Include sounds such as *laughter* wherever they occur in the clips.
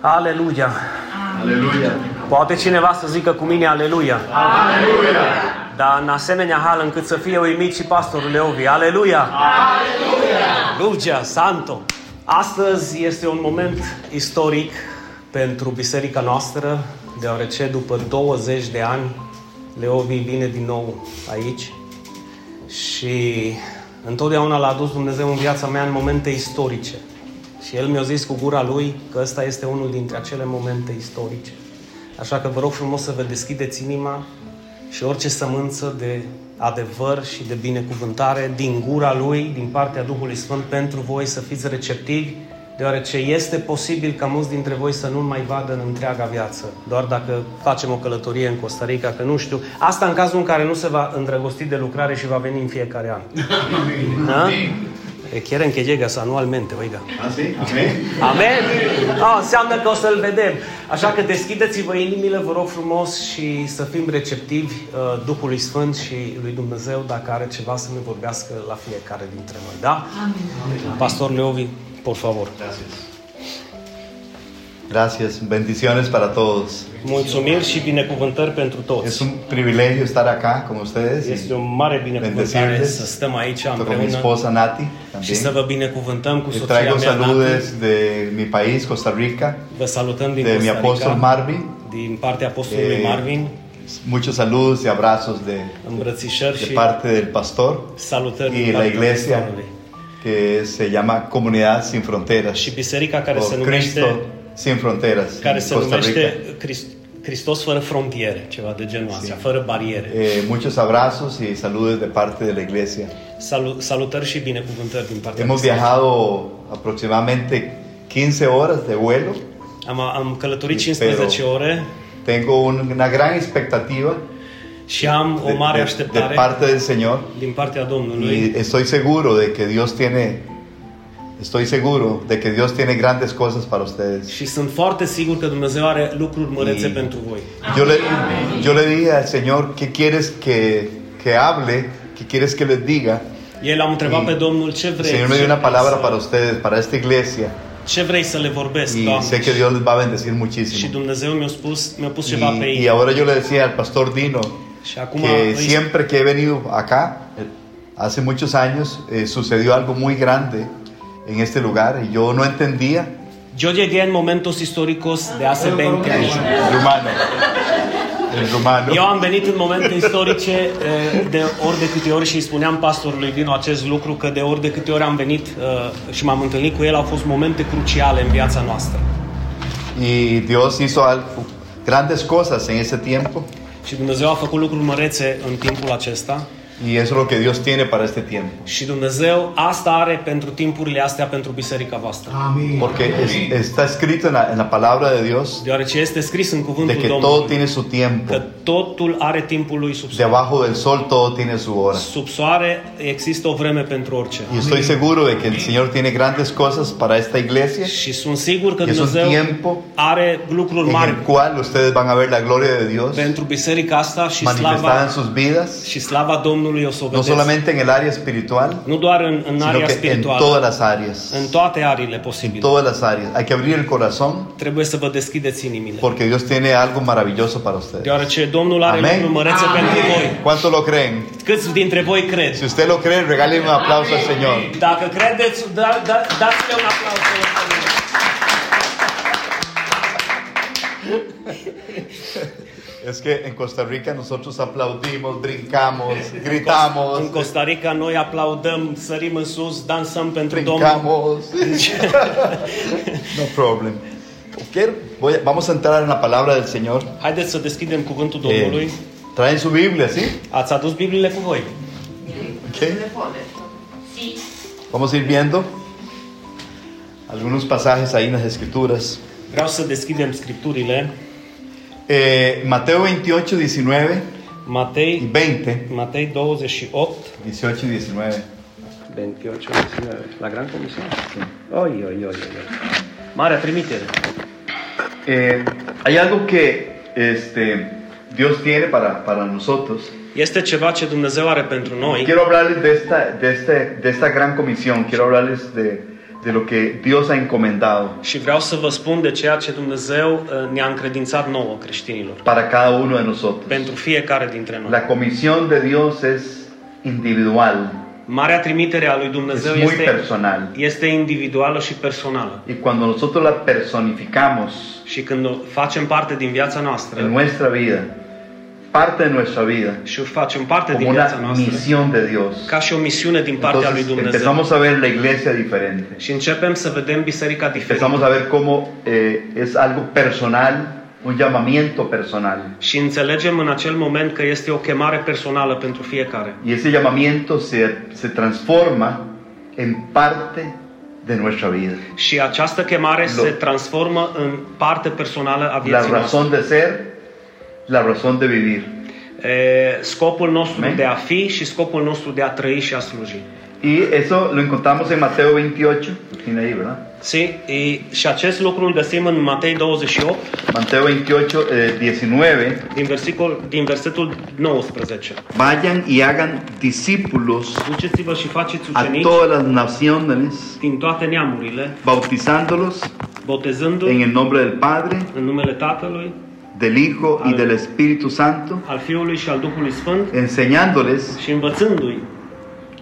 Aleluia! Aleluia! Poate cineva să zică cu mine aleluia, Aleluia! dar în asemenea hal încât să fie uimit și pastorul Leovi. Aleluia! Aleluia! Santo! Astăzi este un moment istoric pentru biserica noastră, deoarece după 20 de ani Leovi vine din nou aici și întotdeauna l-a adus Dumnezeu în viața mea în momente istorice. Și el mi-a zis cu gura lui că ăsta este unul dintre acele momente istorice. Așa că vă rog frumos să vă deschideți inima și orice sămânță de adevăr și de binecuvântare din gura lui, din partea Duhului Sfânt, pentru voi să fiți receptivi, deoarece este posibil ca mulți dintre voi să nu mai vadă în întreaga viață, doar dacă facem o călătorie în Costa Rica, că nu știu. Asta în cazul în care nu se va îndrăgosti de lucrare și va veni în fiecare an. Da? E Quieren que llegas anualmente, oiga. Assim? Amém? Amen? A, înseamnă că o să-l vedem. Așa că deschideți-vă inimile, vă rog frumos, și să fim receptivi uh, Duhului Sfânt și lui Dumnezeu dacă are ceva să ne vorbească la fiecare dintre noi. Da? Amin. Pastor Leovi, por favor. Graças. Gracias. Bendiciones para todos. Mulțumiri și binecuvântări pentru Es toți. un privilegio estar acá con ustedes. Este Y o mare binecuvântare Bendecibles. să stăm aici junto con mi împreună esposa Nati și să vă también. binecuvântăm cu Le soția traigo mea, Nati. saludos de mi país, Costa Rica, Vă salutăm din de mi Costa apóstol Rica, Marvin. din partea apostolului Eh, Marvin. Muchos saludos y abrazos de, Îmbrățișări de și parte del pastor Salutări y din la partea iglesia Domnului. que se llama Comunidad Sin Fronteras. și biserica care se o numește Cristo este Sin Fronteras care en se Costa Rica. numește Crist- Hristos fără frontiere, ceva de genul ăsta, fără bariere. Eh, muchos abrazos y saludos de parte de la iglesia. Salu- salutări și binecuvântări din partea Hemos noastră. viajado aproximadamente 15 horas de vuelo. Am, am călătorit Pero- 15 ore Tengo un- una gran expectativa și am de, o mare de- așteptare de parte del Señor din partea Domnului y estoy seguro de que Dios tiene, estoy seguro de que Dios tiene grandes cosas para ustedes. și sunt foarte sigur că Dumnezeu are lucruri mărețe Y- pentru voi. Yo le, yo le dije al Señor, ¿qué quieres que, que hable? ¿Qué quieres que les diga? El am întrebat Y- pe Domnul ce El vrei, Señor ce, me dio una vrei palabra să, para ustedes, para esta iglesia. ce vrei să le vorbesc, Y Doamne? sé que Dios les va a bendecir Și muchísimo. Dumnezeu mi-a spus, mi-a pus Y, ceva pe y ei. ahora yo le decía al pastor Dino Și acum que îi siempre que he venido acá, eh, hace muchos años, eh, sucedió algo muy grande en este lugar y yo no entendía. Yo llegué en momentos históricos de hace 20 años. El rumano. El rumano. Eu am venit în momente istorice eh, de ori de câte ori și îi spuneam pastorului din acest lucru că de ori de câte ori am venit eh, și m-am întâlnit cu el au fost momente cruciale în viața noastră. Y Dios hizo algo- grandes cosas en ese tiempo Și Dumnezeu a făcut lucruri mărețe în timpul acesta y eso es lo que Dios tiene para este tiempo. și Dumnezeu asta are pentru timpurile astea pentru biserica voastră. Porque es- está escrito en la, en la palabra de Dios Deoarece este scris în de cuvântul que todo Domnului tiene su tiempo. că totul are timpul lui sub soare. Debajo del sol todo tiene su hora. Sub soare există o vreme pentru orice. Y estoy seguro de que el Señor tiene grandes cosas para esta iglesia Și sunt sigur că Es un Dumnezeu tiempo are lucruri en mari el cual ustedes van a ver la gloria de Dios pentru biserica asta și manifestada slava, en sus vidas, și slava Domnului o să o no vedeți. solamente en el área espiritual, nu doar în, în sino area que en spirituală, todas las áreas. în toate ariile En posibile. todas las áreas. Hay que abrir el corazón Trebuie să vă deschideți inimile. porque Dios tiene algo maravilloso para ustedes. Deoarece Domnul are Amen. lucruri mărețe pentru voi. ¿Cuánto lo creen? Câți dintre voi cred? Si usted lo cree, regáleme un aplauso al Señor. Dacă credeți, da, da, dați-le un aplauz. Es que en Costa Rica nosotros aplaudimos, brincamos, În gritamos, Costa Rica noi aplaudăm, sărim în sus, dansăm pentru Domnul. brincamos. No problem. Quiero- voy a- vamos a entrar en la palabra del Señor. Haideți să deschidem cuvântul Domnului. Eh, traen su Biblia, ¿sí? Ați adus Bibliile cu voi. Ok. Vamos a ir viendo algunos pasajes ahí en las Escrituras. Vreau să deschidem scripturile. Eh, Mateo 28, 19 y Matei, 20. Matei 28, 18 y 19. 28, 19. La Gran Comisión. Oi, oi, oi, oi. Marea trimitere. Eh, hay algo que este, Dios tiene para, para nosotros. Este ceva ce Dumnezeu are pentru noi Quiero hablarles de esta, de, este, de esta gran comisión, quiero hablarles de, de lo que Dios ha encomendado Și vreau să vă spun de ceea ce Dumnezeu uh, ne-a încredințat nouă creștinilor. para cada uno de nosotros. Pentru fiecare dintre noi. La comisión de Dios es individual, Marea trimitere a lui Dumnezeu es muy este, personal. este individuală și personală. Y cuando nosotros la personificamos Și când o facem parte din viața en noastră nuestra vida, parte de nuestra vida, și o facem parte din como viața una noastră misión de Dios, ca și o misiune din partea lui entonces Dumnezeu. empezamos a ver la iglesia diferente. Și începem să vedem biserica diferită. Empezamos a ver cómo eh, es algo personal, un llamamiento personal. Și înțelegem în acel moment că este o chemare personală pentru fiecare. Y ese llamamiento se, se transforma en parte de nuestra vida. Și această chemare Lo- se transformă în parte personală a La vieții noastre. razón de ser, la razón de vivir. E, Scopul nostru Amen. de a fi și scopul nostru de a trăi și a sluji. Y eso lo encontramos en Mateo 28. Tiene ahí, ¿verdad? Sí? E, și acest lucru îl găsim en Matei 28, Mateo 28, eh, 19. din, versicol, din versetul 19. Vayan y hagan discípulos Duceți-vă și faceți a ucenici todas las naciones, din toate neamurile, bautizándolos en botezându-i el nombre del Padre, în numele Tatălui, del Hijo y del Espíritu Santo, al Fiului și al Duhului Sfânt enseñándoles și învățându-i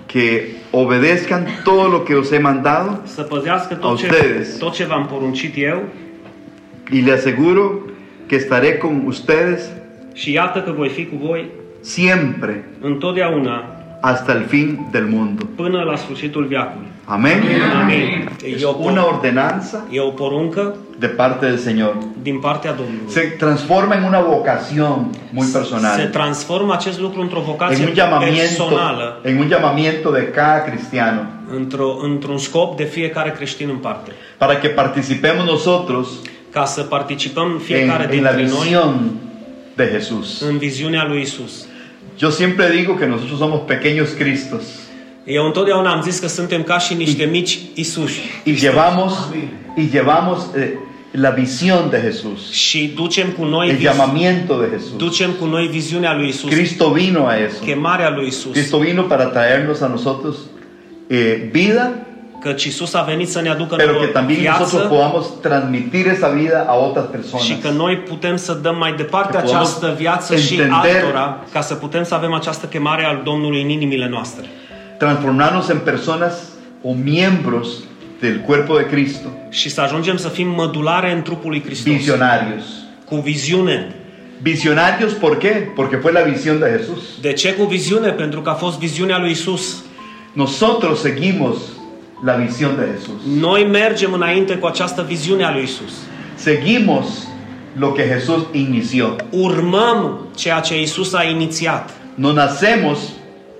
que obedezcan todo lo que os he mandado să păzească A tot ce, ustedes. tot ce v-am poruncit eu y le aseguro que estaré con ustedes și iată că voi fi cu voi siempre întotdeauna hasta el fin del mundo. până la sfârșitul veacului. Amén. Amin. Es E o, por- una ordenanza e o poruncă de parte del Señor. din partea Domnului. Se transforma en una vocación muy personal. Se transformă acest lucru într-o en vocație un llamamiento, personală, en un llamamiento de cada cristiano, într-o, într-un scop de fiecare creștin în parte. para que participemos nosotros Ca să participăm en, fiecare en la dintre noi visión de Jesús. în viziunea lui Isus. Yo siempre digo que nosotros somos pequeños Cristos Eu întotdeauna am zis că suntem ca și niște mici Isuși y llevamos y llevamos eh, la visión de Jesús, și ducem cu noi el vizi- llamamiento de Jesús. ducem cu noi viziunea lui Isus, Cristo vino a eso. chemarea lui Isus, Cristo vino para traernos a nosotros eh, vida, căci Isus a venit să ne aducă pero que nouă también nosotros viață podamos transmitir esa vida a otras și personas. că noi putem să dăm mai departe Că podem această viață și entender- altora ca să putem să avem această chemare al Domnului în inimile noastre. transformarnos en personas o miembros del cuerpo de Cristo, și să ajungem să fim mădulare în trupul lui Hristos. visionarios. Cu viziune. Visionarios, ¿por qué? Porque fue la visión de Jesús. De ce cu viziune? Pentru că a fost viziunea lui Isus. Nosotros seguimos la visión de Jesús. Noi mergem înainte cu această viziune a lui Isus. Seguimos lo que Jesús inició. Urmăm ceea ce Isus a inițiat. No nacemos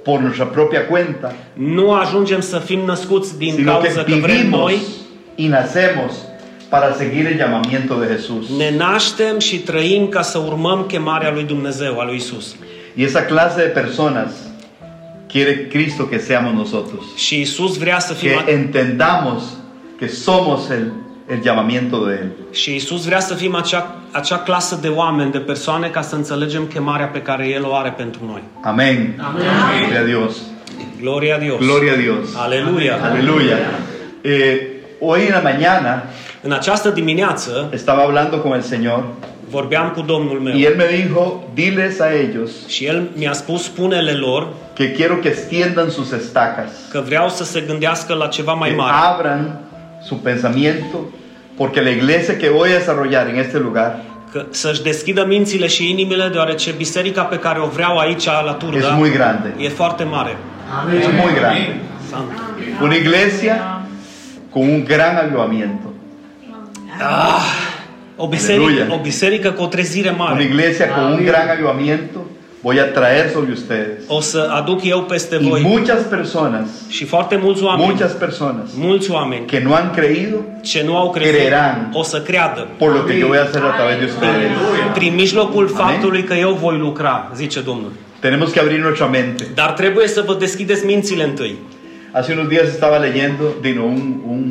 por nuestra propia cuenta, Nu ajungem să fim născuți din sino que cauza că vrem vivimos noi. y nacemos para seguir el llamamiento de Jesús. Ne naștem și trăim ca să urmăm chemarea lui Dumnezeu, a lui Isus. Y esa clase de personas quiere Cristo que seamos nosotros. Și Isus vrea să fim que entendamos que somos el, el llamamiento de Él. și Isus vrea să fim acea, acea clasă de oameni, de persoane ca să înțelegem chemarea pe care el o are pentru noi. Amén. Gloria a Dios. Gloria a Dios. Gloria a Dios. Aleluya. Aleluya. Eh, hoy en la mañana În această dimineață estaba hablando con el Señor vorbeam cu Domnul meu y Él me dijo, diles a ellos și el mi-a spus, spune-le lor que quiero que extiendan sus estacas, că vreau să se gândească la ceva mai que mare, abran su pensamiento, porque la iglesia que voy a desarrollar en este lugar că să-și deschidă mințile și inimile, deoarece biserica pe care o vreau aici la es Turda muy grande. e foarte mare. Es muy grande. Santo. Una iglesia con un gran avivamiento. O biserică, Aleluya. o biserică cu o trezire Una mare. iglesia con un gran avivamiento voy a traer sobre ustedes. O să aduc eu peste Y voi muchas personas, și foarte mulți oameni, muchas personas mulți oameni que no han creído ce nu au crezut, Creerán. o să creadă por lo que yo voy a hacer a través de ustedes. prin mijlocul faptului că eu voi lucra, zice Domnul. Tenemos que abrir nuestra mente. Dar trebuie să vă deschideți mințile întâi. Hace unos días estaba leyendo de un, un,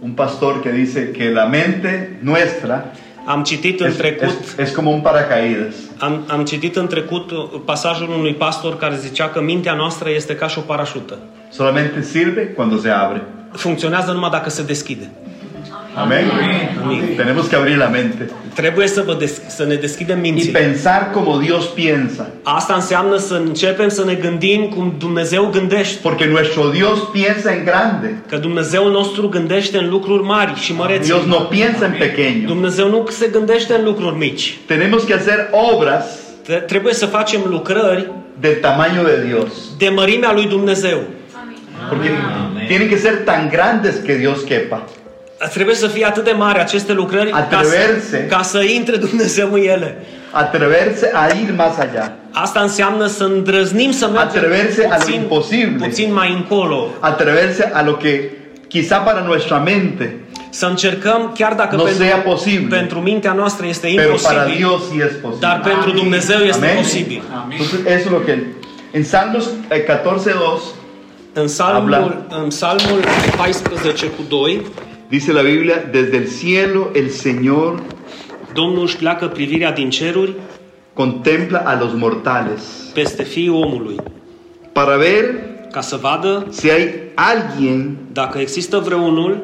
un pastor que dice que la mente nuestra Am citit în es, trecut, es- es como un paracaídas. am, am citit în trecut uh, pasajul unui pastor care zicea că mintea noastră este ca și o parașută. Solamente sirve cuando se abre. funcționează numai dacă se deschide. Amén. Tenemos que abrir la mente Trebuie să, vă des- să ne deschidem y mințile. pensar como Dios piensa. Asta înseamnă să începem să ne gândim cum Dumnezeu gândește. Porque nuestro Dios piensa en grande. Că Dumnezeul nostru gândește în lucruri mari și mărețe. Dios no piensa en pequeño. Dumnezeu nu se gândește în lucruri mici. Tenemos que hacer obras Tre- Trebuie să facem lucrări del tamaño de Dios. de mărimea lui Dumnezeu. Porque tienen que ser tan grandes que Dios quepa. Trebuie să fie atât de mari aceste lucrări ca să, Atreverse. ca să intre Dumnezeu în ele. Atreverse a ir más allá. Asta înseamnă să îndrăznim să mergem Atreverse a lo puțin, imposible. puțin mai încolo. Atreverse a lo que quizá para nuestra mente Să încercăm, chiar dacă no pentru, sea posible. pentru mintea noastră este Pero para imposibil, Dios sí es posible. dar pentru Dumnezeu este Amén. posibil. Entonces, eso es lo que. En Salmos eh, 14:2 În psalmul, în psalmul 14 cu 2, dice la Biblia: Desde el cielo el Señor Domnul își pleacă privirea din ceruri contempla a los mortales peste fiii omului, para ver ca să vadă si hay alguien dacă există vreunul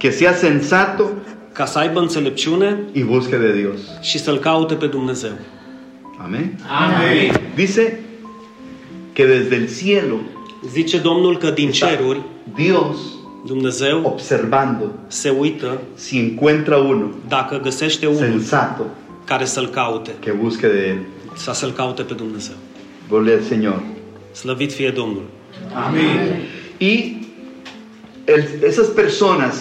que sea sensato ca să aibă înțelepciune y busque de Dios. și să-L caute pe Dumnezeu. Amén. Dice que desde el cielo Zice Domnul că din ceruri Dios Dumnezeu observando se uită si encuentra uno dacă găsește unul sensato care să-L caute, que busque de él. să să-L caute pe Dumnezeu. Gloria al Señor. Slăvit fie Domnul! Y el- esas personas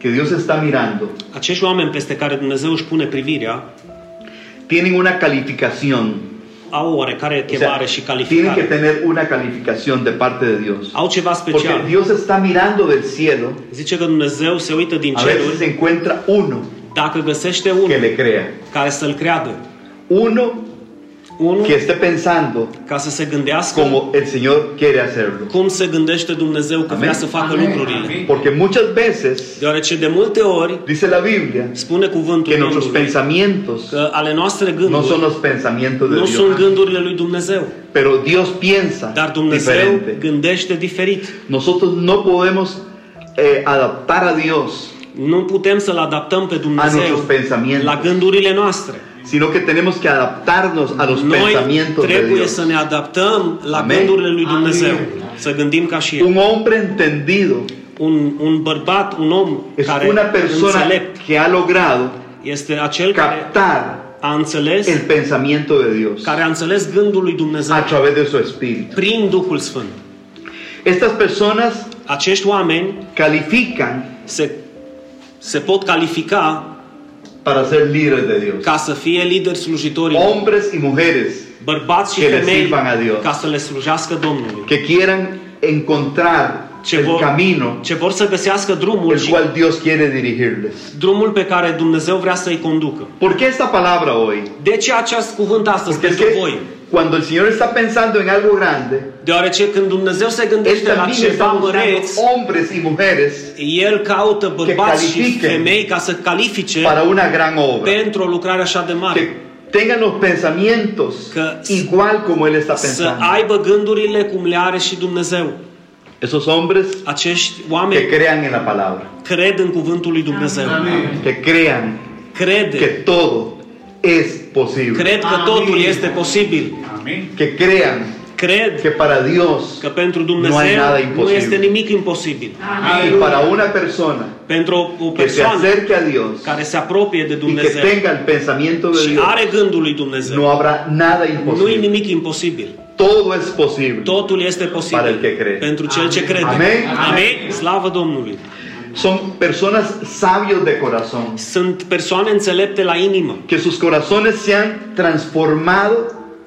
que Dios está mirando Acești oameni peste care Dumnezeu își pune privirea tienen una calificación. au o oarecare O sea, chemare și tienen que calificare. tener una calificación de parte de Dios. Au ceva Porque special. Dios está mirando del cielo Zice că Dumnezeu se uită din a ver si ceruri se encuentra uno dacă găsește unul que le crea. care să-L creadă. Uno Unul que esté pensando ca să se gândească como el Señor quiere hacerlo. cum se gândește Dumnezeu că Amen. vrea să facă lucrurile. Porque muchas veces Deoarece de multe ori dice la Biblia spune cuvântul que nuestros Domnului pensamientos că ale noastre no son gânduri los pensamientos de nu sunt Dios. gândurile lui Dumnezeu, Pero Dios piensa dar Dumnezeu diferente. gândește diferit. Nosotros no podemos eh, adaptar a Dios, Nu putem să-L adaptăm pe nuestros Dumnezeu pensamientos. la gândurile noastre. sino que tenemos que adaptarnos a los Noi pensamientos de trebuie Dios. să ne adaptăm la Amen. gândurile lui Dumnezeu. Să gândim ca și el. Un hombre entendido Un, un bărbat, un om es care una persona înțelept que ha logrado este acel care captar a înțeles, el pensamiento de Dios care a înțeles gândul lui a Dumnezeu través de su espíritu. prin Duhul Sfânt. Estas personas Acești oameni califican se, se pot califica para ser líderes de Dios. ca să fie lideri slujitori, Hombres y mujeres bărbați și que le femei, sirvan a Dios. ca să le slujească Domnului. que quieran encontrar Ce el vor, camino ce vor să găsească drumul el și cual Dios quiere dirigirles. drumul pe care Dumnezeu vrea să-i conducă. ¿Por qué esta palabra hoy? De ce acest cuvânt astăzi Pues Porque es pentru que voi? cuando el Señor está pensando en algo grande, Deoarece când Dumnezeu se Él gândește la también ceva está buscando măreț, hombres y mujeres El caută bărbați și califice. femei ca să califice para una gran obra. pentru o lucrare așa de mare. Que tengan los pensamientos Que- igual como Él está Să pensando. aibă gândurile cum le are și Dumnezeu. Esos hombres Acești que oameni crean en la palabra, cred în cuvântul lui Dumnezeu. que crean que Crede. todo es posible, Cred că totul este posibil. que crean Cred que para Dios că pentru ai Dumnezeu nada nu imposibil. este nimic imposibil. y para una persona Pentru o- o que se persoană acerque a Dios care se apropie de y que Dumnezeu tenga el pensamiento de și Dios, are gândul lui Dumnezeu, ah, no habrá nada nu e imposible. nimic imposibil. Todo es posible. Totul este Para el que crede. posibil pentru cel ce crede. Amen. Amen. Slavă Domnului. Son personas sabios de corazón. Sunt persoane înțelepte la inimă, Que sus corazones sean transformados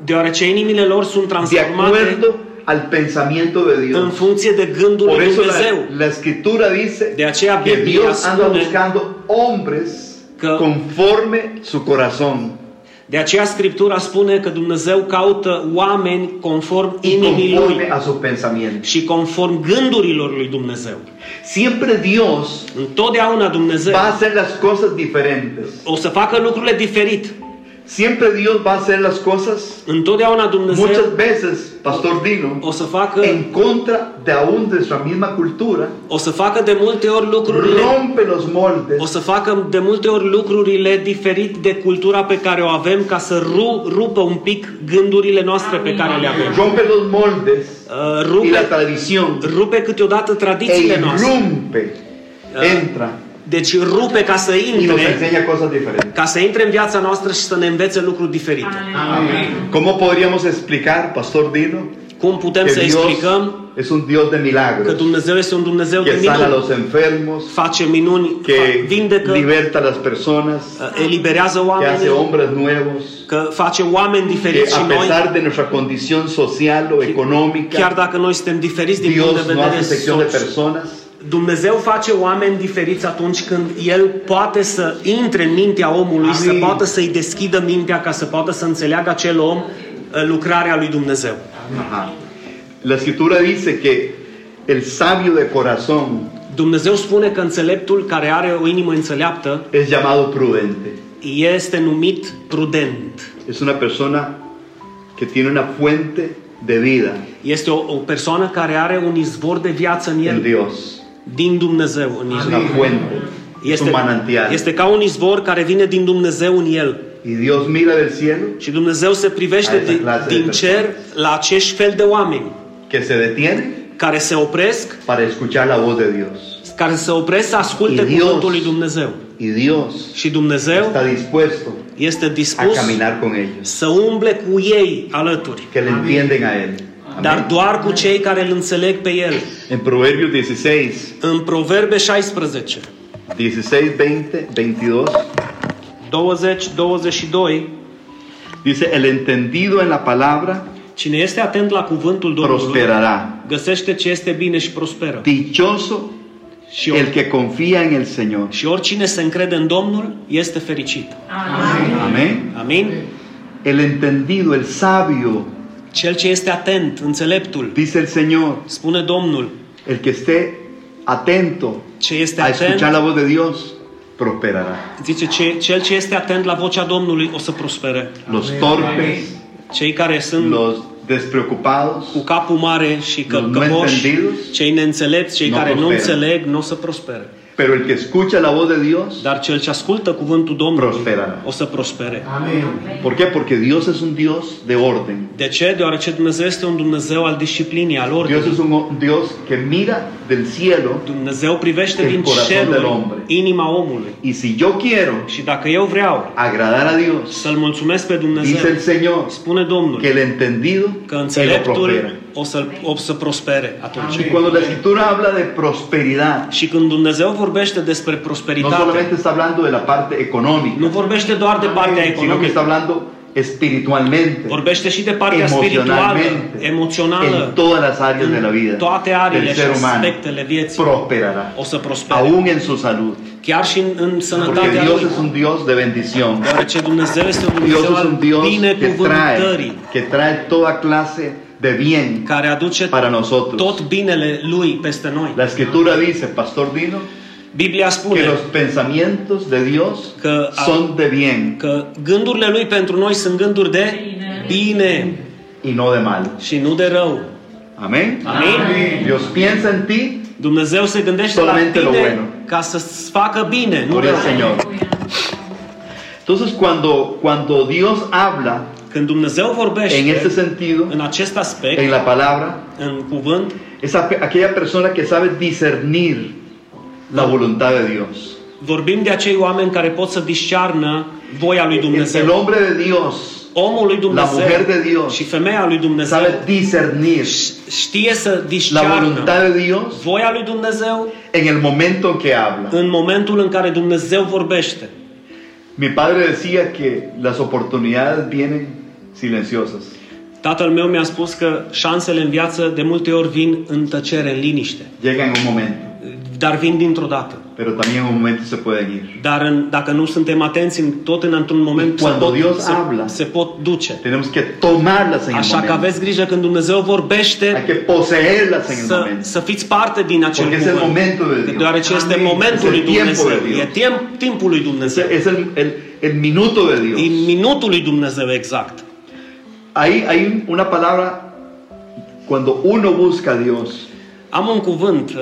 deoarece inimile lor sunt de transformate acuerdo al pensamiento de în Dios. funcție de gândul Por lui eso la, Dumnezeu. la escritura dice De aceea que Biblia Dios anda spune buscando hombres că- conforme su corazón De aceea Scriptura spune că Dumnezeu caută oameni conform y inimii conforme lui a sus pensamientos. și conform gândurilor lui Dumnezeu. Siempre Dios Întotdeauna Dumnezeu va a hacer las cosas diferentes o să facă lucrurile diferit Siempre Dios va a hacer las cosas, Întotdeauna Dumnezeu muchas veces, Pastor Dino, o să facă, en contra de aún de nuestra misma cultura, o să facă de multe ori lucrurile rompe los moldes o să facă de multe ori lucrurile diferit de cultura pe care o avem ca să ru, rupă un pic gândurile noastre pe care le avem. rompe los moldes Uh, y la rupe, tradición rupe câteodată e tradițiile noastre. irrumpe, Ah. entra Deci rupe ca să y nos intre, enseña cosas diferentes. ca să intre în viața noastră și să ne învețe lucruri diferite. ¿Cómo podríamos explicar, Pastor Dino, Cum putem que să Dios explicăm es un Dios de că milagros, Dumnezeu este un Dumnezeu de que sana a minuni, los enfermos, face minuni, que fa- vindecă, liberta a las personas, uh, eliberează que oamenii, hace hombres nuevos, că face oameni que diferiți și a noi pesar de nuestra condición social o Chiar económica, dacă noi suntem diferiți din punct Dios de no vedere hace sección de soci, personas. Dumnezeu face oameni diferiți atunci când El poate să intre în mintea omului, Amin. să poată să-i deschidă mintea ca să poată să înțeleagă acel om uh, lucrarea lui Dumnezeu. Ajá. La escritura dice que el sabio de corazón Dumnezeu spune că înțeleptul care are o inimă înțeleaptă es llamado prudente. este numit prudent. Es una persona que tiene una fuente de vida Este o, o persoană care are un izvor de viață în en el, Dios. din Dumnezeu în Es el. una fuente, es un Este, manantial. este ca un izvor care vine din Dumnezeu în el. Y Dios mira del cielo Și Dumnezeu se privește Altă din, clasă de din persoane. cer la acești fel de oameni que se detiene care se opresc, para escuchar la voz de Dios. care se opresc să E asculte Dios. cuvântul lui Dumnezeu. Y Dios Și Dumnezeu está dispuesto este a dispus caminar con ellos, să umble cu ei alături, que le entienden a Él. dar Amén. doar cu cei care îl înțeleg pe el. En Proverbios 16, În Proverbe 16, 16, 20, 22. 20, 22, Dice, el entendido en la palabra cine este atent la cuvântul Domnului, prosperará. găsește ce este bine și prosperă. Dichoso Și, el or, que confía en el Señor. și oricine se încrede în Domnul este fericit. Amén. Amin? El entendido, el sabio, Cel ce este atent, înțeleptul, dice el Señor, spune Domnul, el que esté atento ce este a escuchar atent, la voz de Dios, prosperará. zice ce, cel ce este atent la vocea Domnului o să prospere. Los torpes, Cei care sunt los cu despreocupados, capul mare și Los că, no căpoși, entendidos cei neînțelepți, cei no care nu prosperă. înțeleg, nu o să prospere. pero el que escucha la voz de Dios, Dar cel ce ascultă cuvântul Domnului Prosperă. o să prospere. ¿por qué? Porque Dios es un Dios de orden. De ce? Deoarece Dumnezeu este un Dumnezeu al disciplinii, al Dios ordinii. es un o- Dios que mira del cielo Dumnezeu privește El din corazon del cerul, hombre. inima omului. y si yo quiero Și dacă eu vreau agradar a Dios, să-L mulțumesc pe dice Dumnezeu, el Señor, spune Domnul, que el entendido că que lo prospera. înțeleptul o să, o să prospere atunci. Y cuando la escritura habla de prosperidad, Și când Dumnezeu vorbește despre no prosperitate, solamente está hablando de la parte nu económica, vorbește doar de partea sino que está economică, hablando espiritualmente, vorbește și de partea spirituală, emocionalmente, emoțională, en todas las áreas de la vida în toate arile del și ser humano, aspectele vieții. prosperará, O să prospere, aún en su salud, chiar și în, în porque sănătatea Dios lui. es un Dios de bendición, Deoarece Dumnezeu este un Dios Dumnezeu es al un Dios que trae, binecuvântării, que trae toda clase de bien care aduce para nosotros. tot binele Lui peste noi. La escritura dice, Pastor Dino, Biblia que spune los pensamientos de Dios Que- ah, son de bien că gândurile Lui pentru noi sunt gânduri de bine y no de mal. și nu de rău. Amén. Amén. Dios piensa en ti Dumnezeu se gândește la Solamente lo tine bueno. ca să-ți facă bine, nu por el rău. Señor. Entonces cuando, cuando Dios habla Când Dumnezeu en este vorbește sentido, în acest aspect, en la palabra, în cuvânt, es aqu- aquella persona que sabe discernir la voluntad de Dios. vorbim de acei oameni care pot să discearnă voia lui El, el Dumnezeu. hombre de Dios Omul lui La mujer de Dumnezeu Dios. și femeia lui Dumnezeu sabe discernir știe să la discearnă voluntad de Dios voia lui Dumnezeu en el momento en que habla. în momentul în care Dumnezeu vorbește. Mi padre decía que las oportunidades vienen silenciosas. Tatăl meu mi-a spus că șansele în viață de multe ori vin în tăcere, în liniște. Llega en un momento. dar vin dintr-o dată. pero también en un momento se pueden ir. Dar în, dacă nu suntem atenți, în- tot în, într-un moment se Cuando pot, Dios se, habla. se pot duce. Tenemos que tomarlas en el Așa că momento. aveți grijă când Dumnezeu Hay vorbește que poseerlas en el să, momento. să fiți parte din acel Porque es el cuvânt. momentul de Dios. Deoarece este Amin. momentul lui Este timpul Dumnezeu. de Dios. E timp, timpul lui Dumnezeu. Es el, el- el minuto de E Dios. minutul lui Dumnezeu exact. Ahí hay una palabra, cuando uno busca a Dios, Am un cuvânt uh,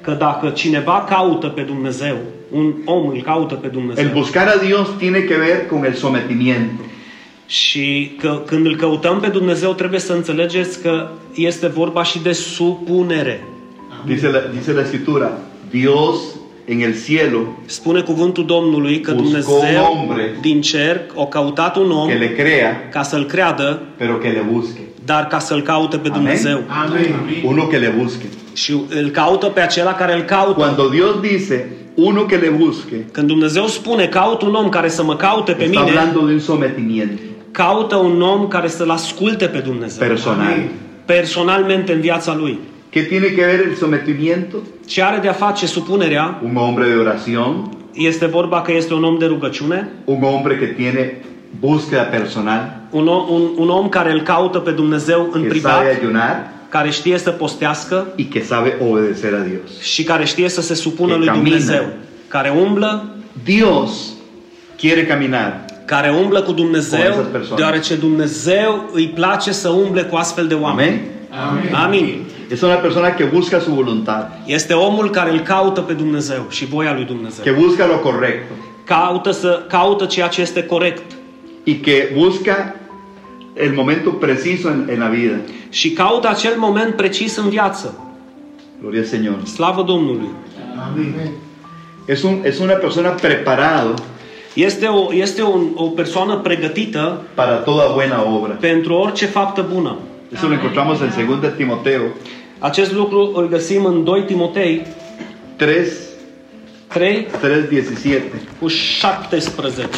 că dacă cineva caută pe Dumnezeu, un om îl caută pe el Dumnezeu buscar a Dios tiene que ver con el sometimiento. și că când îl căutăm pe Dumnezeu trebuie să înțelegeți că este vorba și de supunere. Dice la, dice la escritura, Dios en el cielo Spune cuvântul Domnului că Buscó un Dumnezeu hombre. din cer o căutat un om que le crea, ca să-l creadă, pero que le busque. dar ca să-l caute pe Amen. Dumnezeu. Uno que le busque. Și îl caută pe acela care îl caută. Cuando Dios dice, uno que le busque, Când Dumnezeu spune caut un om care să mă caute pe está mine, hablando de un sometimiento caută un om care să-l asculte pe Dumnezeu. personal. personalmente în viața lui. ¿Qué tiene que ver el sometimiento? Ce are de a face supunerea Un hombre de oración, este vorba că este un om de rugăciune, un hombre que tiene búsqueda personal, un om, un, un om care îl caută pe Dumnezeu în que sabe privat, ayunar care știe să postească y que sabe obedecer a Dios. și care știe să se supună Că lui camină. Dumnezeu, care umblă, Dios quiere caminar care umblă cu Cu Dumnezeu, aceste persoane. deoarece Dumnezeu îi place să umble cu astfel de oameni. Amin. Amén. Amin. Es una persona que busca su voluntad, Este omul care îl caută pe Dumnezeu și voia lui Dumnezeu. que busca lo correcto Caută, să, caută ceea ce este corect y que busca el momento preciso en, en la vida. și caută acel moment precis în viață. Gloria al Señor. Slavă Domnului! Es, un, es una persona preparado Este o, este un, o persoană pregătită para toda buena obra. pentru orice faptă bună. Eso lo encontramos en 2 de Timoteo Acest lucru îl găsim în 2 Timotei 3, 3 3, 17. cu 17.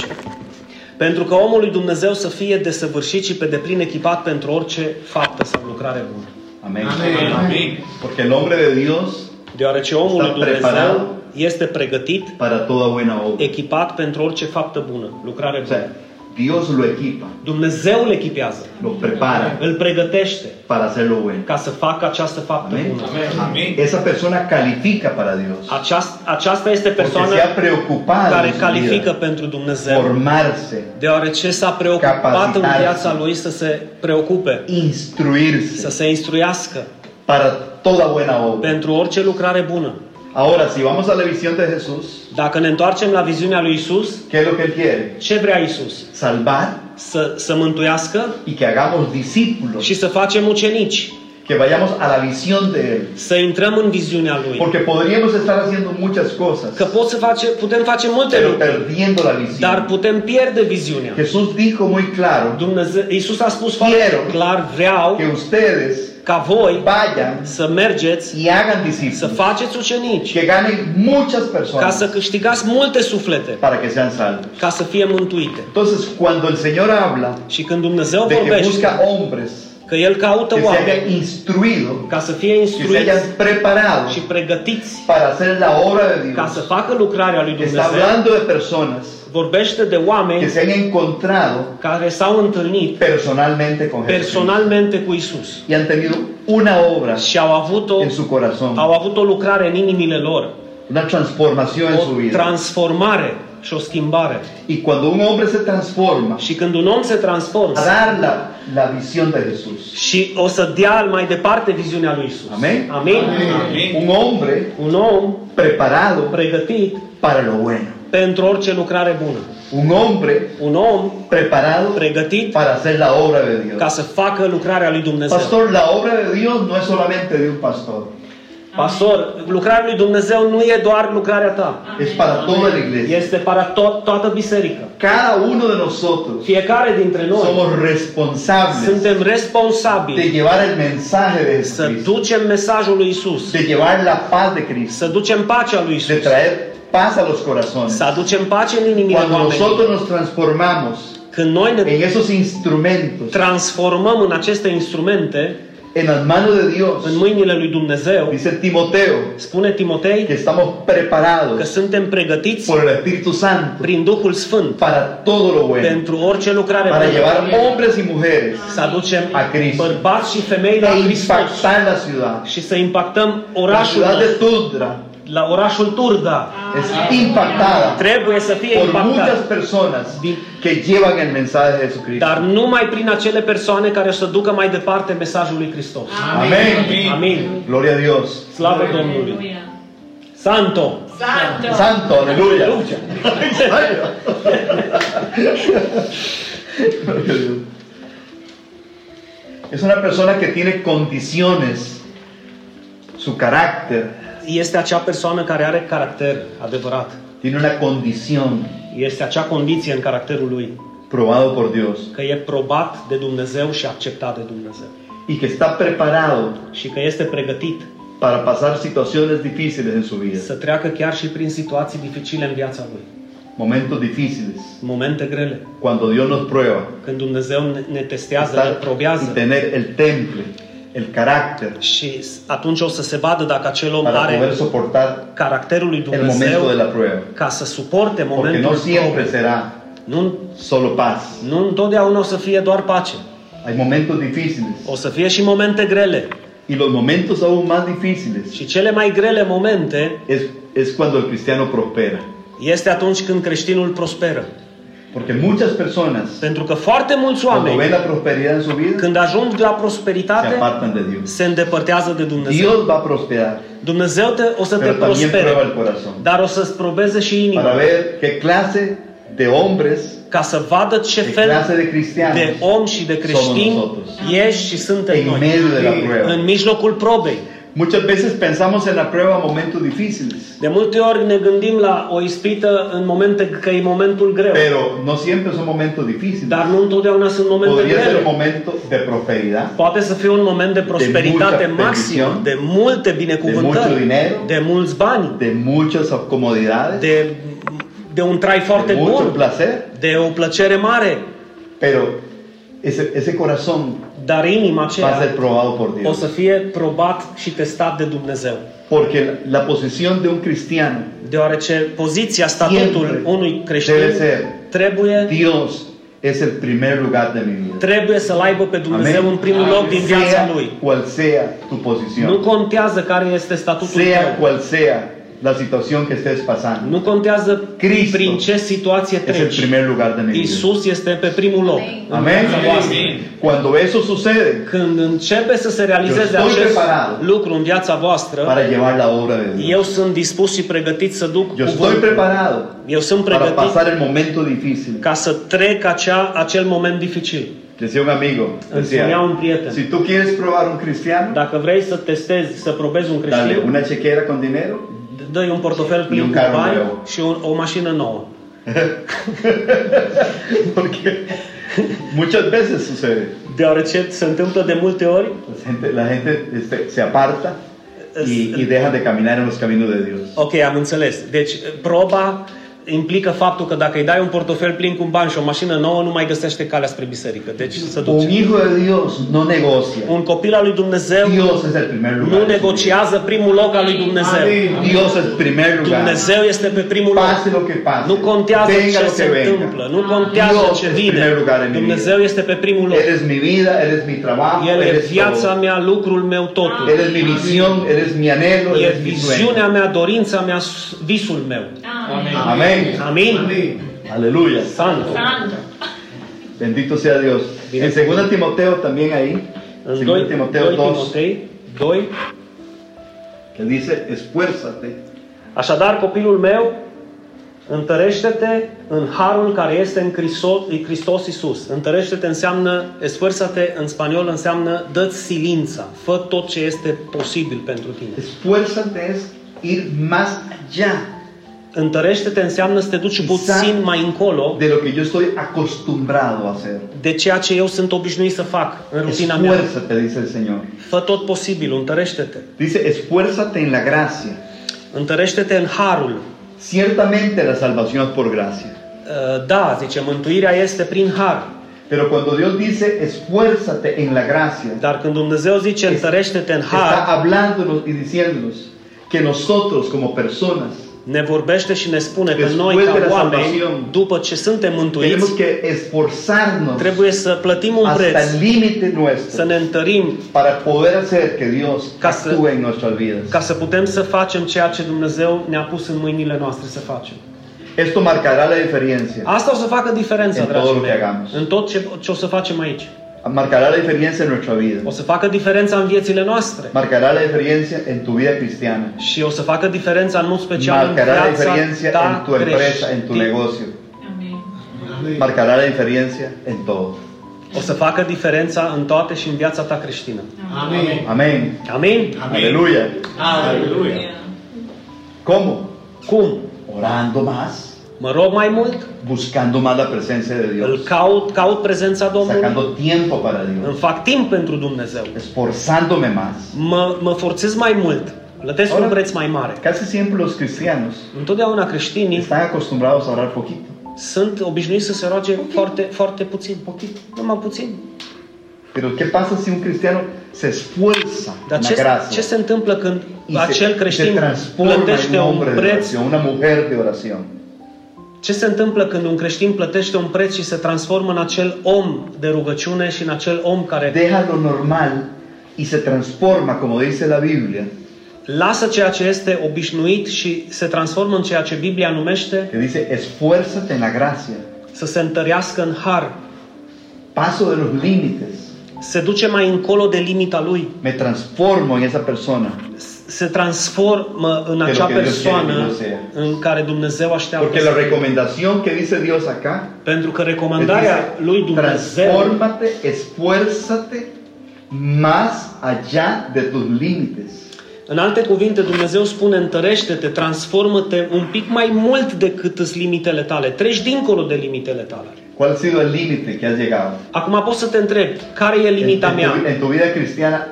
Pentru că omul lui Dumnezeu să fie desăvârșit și pe deplin echipat pentru orice faptă sau lucrare bună. Amén. Amén. Amén. Porque el hombre de Dios Deoarece omul lui Stai preparat? Dumnezeu este pregătit, para toda buena obra. echipat pentru orice faptă bună, lucrare O bună. sea, Dios lo equipa, Dumnezeu îl echipează, lo prepara îl pregătește para hacer lo bueno. ca să facă această faptă Amén. bună. Amén. Esa persona califica para Dios. Aceast, aceasta este Porque persoana se ha preocupado care en su califică vida, pentru Dumnezeu, formarse, deoarece s-a preocupat în Capacitarse. viața lui să se preocupe, să instruirse se instruiască para toda buena obra. pentru orice lucrare bună. Ahora, si vamos a la visión de Jesús, Dacă ne întoarcem la viziunea lui Isus, ¿qué es lo que Él quiere? ce vrea Isus? Salvar Să, să mântuiască y que hagamos discípulos, și să facem ucenici, que vayamos a la visión de Él. să intrăm în viziunea lui. Porque podríamos estar haciendo muchas cosas, Că pot să face, putem face multe pero lucruri, perdiendo la visión. dar putem pierde viziunea. Jesús dijo muy claro Dumnezeu, Isus a spus foarte Quiero. clar, vreau que ustedes ca voi vayan să mergeți, y hagan să discípulos, faceți ucenici, que ganen muchas ca să personas câștigați multe suflete, para que sean salvos. ca să fie mântuite. Entonces, cuando el Señor habla Și când Dumnezeu de que vorbește busca hombres că El caută que se oameni hayan instruido, ca să fie que se instruiți hayan preparado și pregătiți para hacer la obra de ca să Dios, facă lucrarea lui está Dumnezeu, hablando de personas vorbește de que oameni se han encontrado care s-au întâlnit personalmente con Jesús personalmente cu Isus y han tenido una obra și au avut o, en su corazón, au avut o lucrare în inimile lor, una transformación en su o vida. transformare și o schimbare. Y cuando un hombre se transforma Și când un om se transformă a dar la, la visión de Jesús, și o să dea mai departe viziunea lui Isus. Amen. Amin? Amén. un hombre Un om preparado pregătit para lo bueno, pentru orice lucrare bună. un hombre Un om preparado pregătit para hacer la obra de ca Dios. să facă lucrarea lui Dumnezeu. Pastor, la obra de Dios no es solamente de un pastor, Pastor, lucrarea lui Dumnezeu nu e doar lucrarea ta. es para toda la iglesia. Este para to- toată biserica. Cada uno de nosotros Fiecare dintre noi somos responsables suntem de responsabili llevar el mensaje de să Jesucristo, ducem mesajul lui Isus, de llevar la paz de Cristo, să ducem pacea lui Isus, de traer paz a los corazones. să aducem pace în inimile Cuando oamenilor. nosotros nos transformamos Când noi ne en esos instrumentos transformăm în aceste instrumente, en las manos de în Dios. mâinile lui Dumnezeu, Dice Timoteo spune que Timotei estamos că preparados suntem pregătiți por el Espíritu Santo prin Duhul Sfânt para todo lo bueno, pentru orice lucrare para bună. llevar hombres y mujeres Să aducem A Cristo. bărbați și femei la e Hristos impactar la ciudad. și să impactăm La orașul ciudad de Tundra la orașul Turda. Ah. es impactada Trebuie să fie por muchas impactat, personas Di- que llevan el mensaje de Jesucristo. dar numai prin acele persoane care să ducă mai departe mesajul lui Hristos. Amén. Amin. Gloria a Dios. Slavă Domnului. Santo. Santo. Santo, aleluya. Lucha. Gloria a Dios. Es una persona que tiene condiciones, su carácter Este acea persoană care are caracter adevărat. tiene una condición Este acea condiție în caracterul lui probado por Dios că e probat de Dumnezeu și acceptat de Dumnezeu y que está preparado și că este pregătit para pasar situaciones difíciles en su vida, să treacă chiar și prin situații dificile în viața lui, momentos difíciles, momente grele, cuando Dios nos prueba. când Dumnezeu ne- ne testează, ne Estar y probează. tener el temple, el carácter Și atunci o să se vadă dacă acel om para poder are soportar caracterul lui el momento de Dumnezeu la prueba. ca să suporte Porque momentul no siempre probei. será Nu, solo paz. nu întotdeauna o să fie doar pace. Hay momentos difíciles. O să fie și momente grele. Y los momentos aún más difíciles Și cele mai grele momente es, es cuando el cristiano prospera. este atunci când creștinul prosperă. Porque muchas personas, Pentru că foarte mulți cuando oameni, ven la prosperidad en su vida, când ajung la se prosperitate, apartan de Dios. se îndepărtează de Dumnezeu. Dios va a prosperar, Dumnezeu te, o să te pero también prueba el prospere, corazón. dar o să-ți probeze și Para inima, ver qué clase de hombres, ca să vadă ce qué clase fel de de cristianos om și de creștin nosotros. ești și suntem en noi. medio de la prueba. În mijlocul probei. Muchas veces pensamos en la prueba momentos difíciles, De multe ori ne gândim la o ispită în momente că e momentul greu, pero no siempre son momentos difíciles. dar nu întotdeauna sunt momente Podría ser un grele. momento de prosperidad, Poate să fie un moment de prosperitate multă maximă, bendición, de multe de mucho binecuvântări, dinero, de mulți bani, de muchas comodidades, de, de un trai foarte de mucho bun, placer, de o plăcere mare, pero ese, ese corazón dar inima va a aceea ser probado por o să Dios. fie probat și testat de Dumnezeu. Porque la, la posición de un cristiano, Deoarece poziția, statutul Siempre unui debe creștin ser trebuie Dios es el primer lugar de mi vida. trebuie să-L aibă pe Dumnezeu Amén. în primul loc din viața Sea Lui. cual sea tu Nu posición, contează care este statutul sea tău. cual sea la situación que estés pasando, Nu contează Cristo prin ce situație es el treci. primer lugar de mi vida. Isus este pe primul loc. în Amén. viața voastră. Cuando eso sucede, Când începe să se realizeze Eu sunt acest preparat. lucru în viața voastră, para llevar la obra de Dios, eu sunt dispus și pregătit să duc yo estoy cuvântul. preparado Eu sunt para pregătit pasar el momento difícil. ca să trec acea, acel moment dificil. Decía un amigo, Îmi spunea un decía, prieten, si tú quieres probar un cristiano, dacă vrei să testezi, să probezi un dale creștin, una chequera con dinero *laughs* dă-i un portofel E plin un cu car bani nou. și o, o mașină nouă. porque muchas veces sucede. Deoarece se întâmplă de multe ori La gente, la gente, este, se aparta y, y deja de caminar en los caminos de Dios. Ok, am înțeles. Deci, proba implică faptul că dacă îi dai un portofel plin cu bani și o mașină nouă, nu mai găsește calea spre biserică. Deci, să Un duce. hijo de Dios no negocia. Un copil al lui Dumnezeu Dios es el primer lugar. nu negociază primul loc al lui Dumnezeu. Dios es el primer lugar. Dumnezeu este pe primul Pase loc. lo que pase. Nu contează venga ce lo se que venga. întâmplă, nu contează Dios ce es primer vine. lugar en mi Dumnezeu este pe primul loc. Eres mi vida, eres mi trabajo, El e eres viața todo. mea, lucrul meu, totul. Eres mi visión, eres mi anhelo, E eres mi viziunea sueño. mea, dorința mea, visul meu. Amén. Amin? Aleluya. Santo. Santo. Bendito sea Dios. Bien. En 2 Timoteo también ahí. În 2 2 Timoteo 2, Timotei 2 que dice, esfuérzate Așadar, copilul meu, întărește-te în harul care este în Hristos, în Hristos Isus. Întărește-te înseamnă, esfuerza-te în spaniol înseamnă dă-ți silința, fă tot ce este posibil pentru tine. Esfuérzate es ir más allá Întărește-te înseamnă să te duci puțin mai încolo de lo que yo estoy acostumbrado a hacer. de ceea ce eu sunt obișnuit să fac în rutina mea. Esfuérzate, dice el Señor. Fă tot posibil, întărește-te. Dice, esfuérzate en la gracia. Întărește-te în harul. Ciertamente la salvación es por gracia, Uh, Da, zice, mântuirea este prin har. Pero cuando Dios dice, esfuérzate en la gracia, Dar când Dumnezeu zice întărește-te în har, está hablándonos y diciéndonos que nosotros como personas ne vorbește și ne spune că Deci, noi vuelve ca la oameni, salvación. după ce suntem tenemos mântuiți, que esforzarnos trebuie să plătim un preț, hasta el límite să nuestro ne întărim para poder hacer que Dios Casa- actúe en nuestras vidas. ca să putem să facem ceea ce Dumnezeu ne-a pus în mâinile noastre să facem. Esto marcará la diferencia. Asta o să facă diferența, În tot dragii lo que mei, hagamos. în tot ce, ce o să facem aici. Marcará la diferencia en nuestra vida. O să facă diferența în viețile noastre Marcará la diferencia en tu vida cristiana. și o să facă diferența în mod special în Marcará la viața diferencia ta en tu empresa, en tu creștină. negocio. Marcará la diferencia en todo. O să facă diferența în toate și în viața ta creștină. Amén. Amén. Amin? Aleluya. Aleluya. ¿Cómo? Cum? Orando más, Mă rog mai mult, buscando más la presencia de îl Dios, caut, caut prezența Domnului, sacando tiempo para îmi Dios, fac timp pentru Dumnezeu, esforzándome más. mă, mă forțez mai mult, plătesc un Ora- preț mai mare. Casi siempre los cristianos Întotdeauna creștinii están acostumbrados a orar poquito. sunt obișnuiți să se roage foarte, foarte puțin, puțin, numai puțin. Pero ¿qué pasa si un cristiano se esfuerza Dar en la ce, ce gracia se întâmplă când y acel se, se creștin transforma en plătește un un hombre de preț? oración, una mujer de oración? Ce se întâmplă când un creștin plătește un preț și se transformă în acel om de rugăciune și în acel om care Deja lo normal y se transforma, como dice la Biblia, lasă ceea ce este obișnuit și se transformă în ceea ce Biblia numește que dice, esfuérzate en la gracia, să se întărească în har, paso de los límites, se duce mai încolo de limita lui, me transformo en esa persona. se transformă în Pe acea lo que Dios quiere que persoană yo sea. în care Dumnezeu așteaptă. Porque la să- recomendación que dice Dios acá Pentru că es recomandarea lui dice, Dumnezeu transfórmate, esfuérzate más allá de tus límites. În alte cuvinte, Dumnezeu spune, întărește-te, transformă-te un pic mai mult decât îți limitele tale. Treci dincolo de limitele tale. ¿Cuál ha sido el límite que has llegado? Acum poți să te întrebi, care e En, en limita tu, mea? en tu vida cristiana,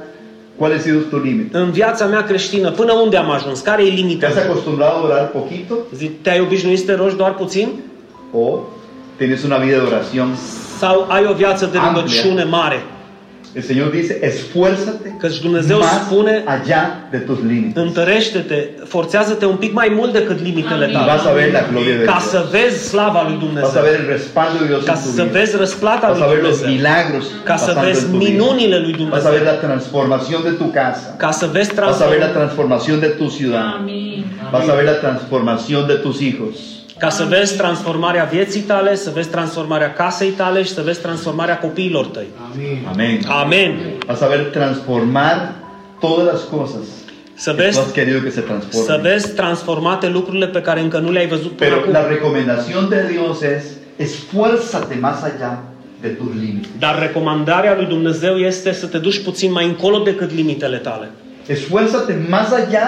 ¿cuál ha sido tu límite? În viața mea creștină, până unde am ajuns? Care e ¿Te limita has mea? acostumbrado a orar poquito? Zic, Te-ai obișnuit să te rogi doar puțin? ¿O tienes una vida de oración? Sau ai o viață de Amplia. rugăciune mare? El Señor dice, esfuérzate Căci Dumnezeu más spune- allá de tus límites. Întărește-te, forțează-te un pic mai mult decât limitele Y tale. vas a ver la gloria de Ca Dios. să vezi slava lui Vas a Dumnezeu. ver el respaldo de Dios Ca en tu să vida. vezi răsplata Vas lui a ver los Dumnezeu. milagros Ca să pasando vezi en tu vida. minunile lui Vas a ver Dumnezeu. la transformación de tu casa. Ca să vezi Vas a ver la transformarea. transformación de tu ciudad. Amén. Vas a ver la transformación de tus hijos. Ca să vezi transformarea vieții tale, să vezi transformarea casei tale și să vezi transformarea copiilor tăi. Amén. Amen. Vas a ver transformar todas las cosas Să que tú has vezi, querido que se să transformen. vezi transformate lucrurile pe care încă nu le-ai văzut până Pero la acum. recomendación de Dios es esfuérzate más allá de tus límites. Dar recomandarea lui Dumnezeu este să te duci puțin mai încolo decât limitele tale. Esfuérzate más allá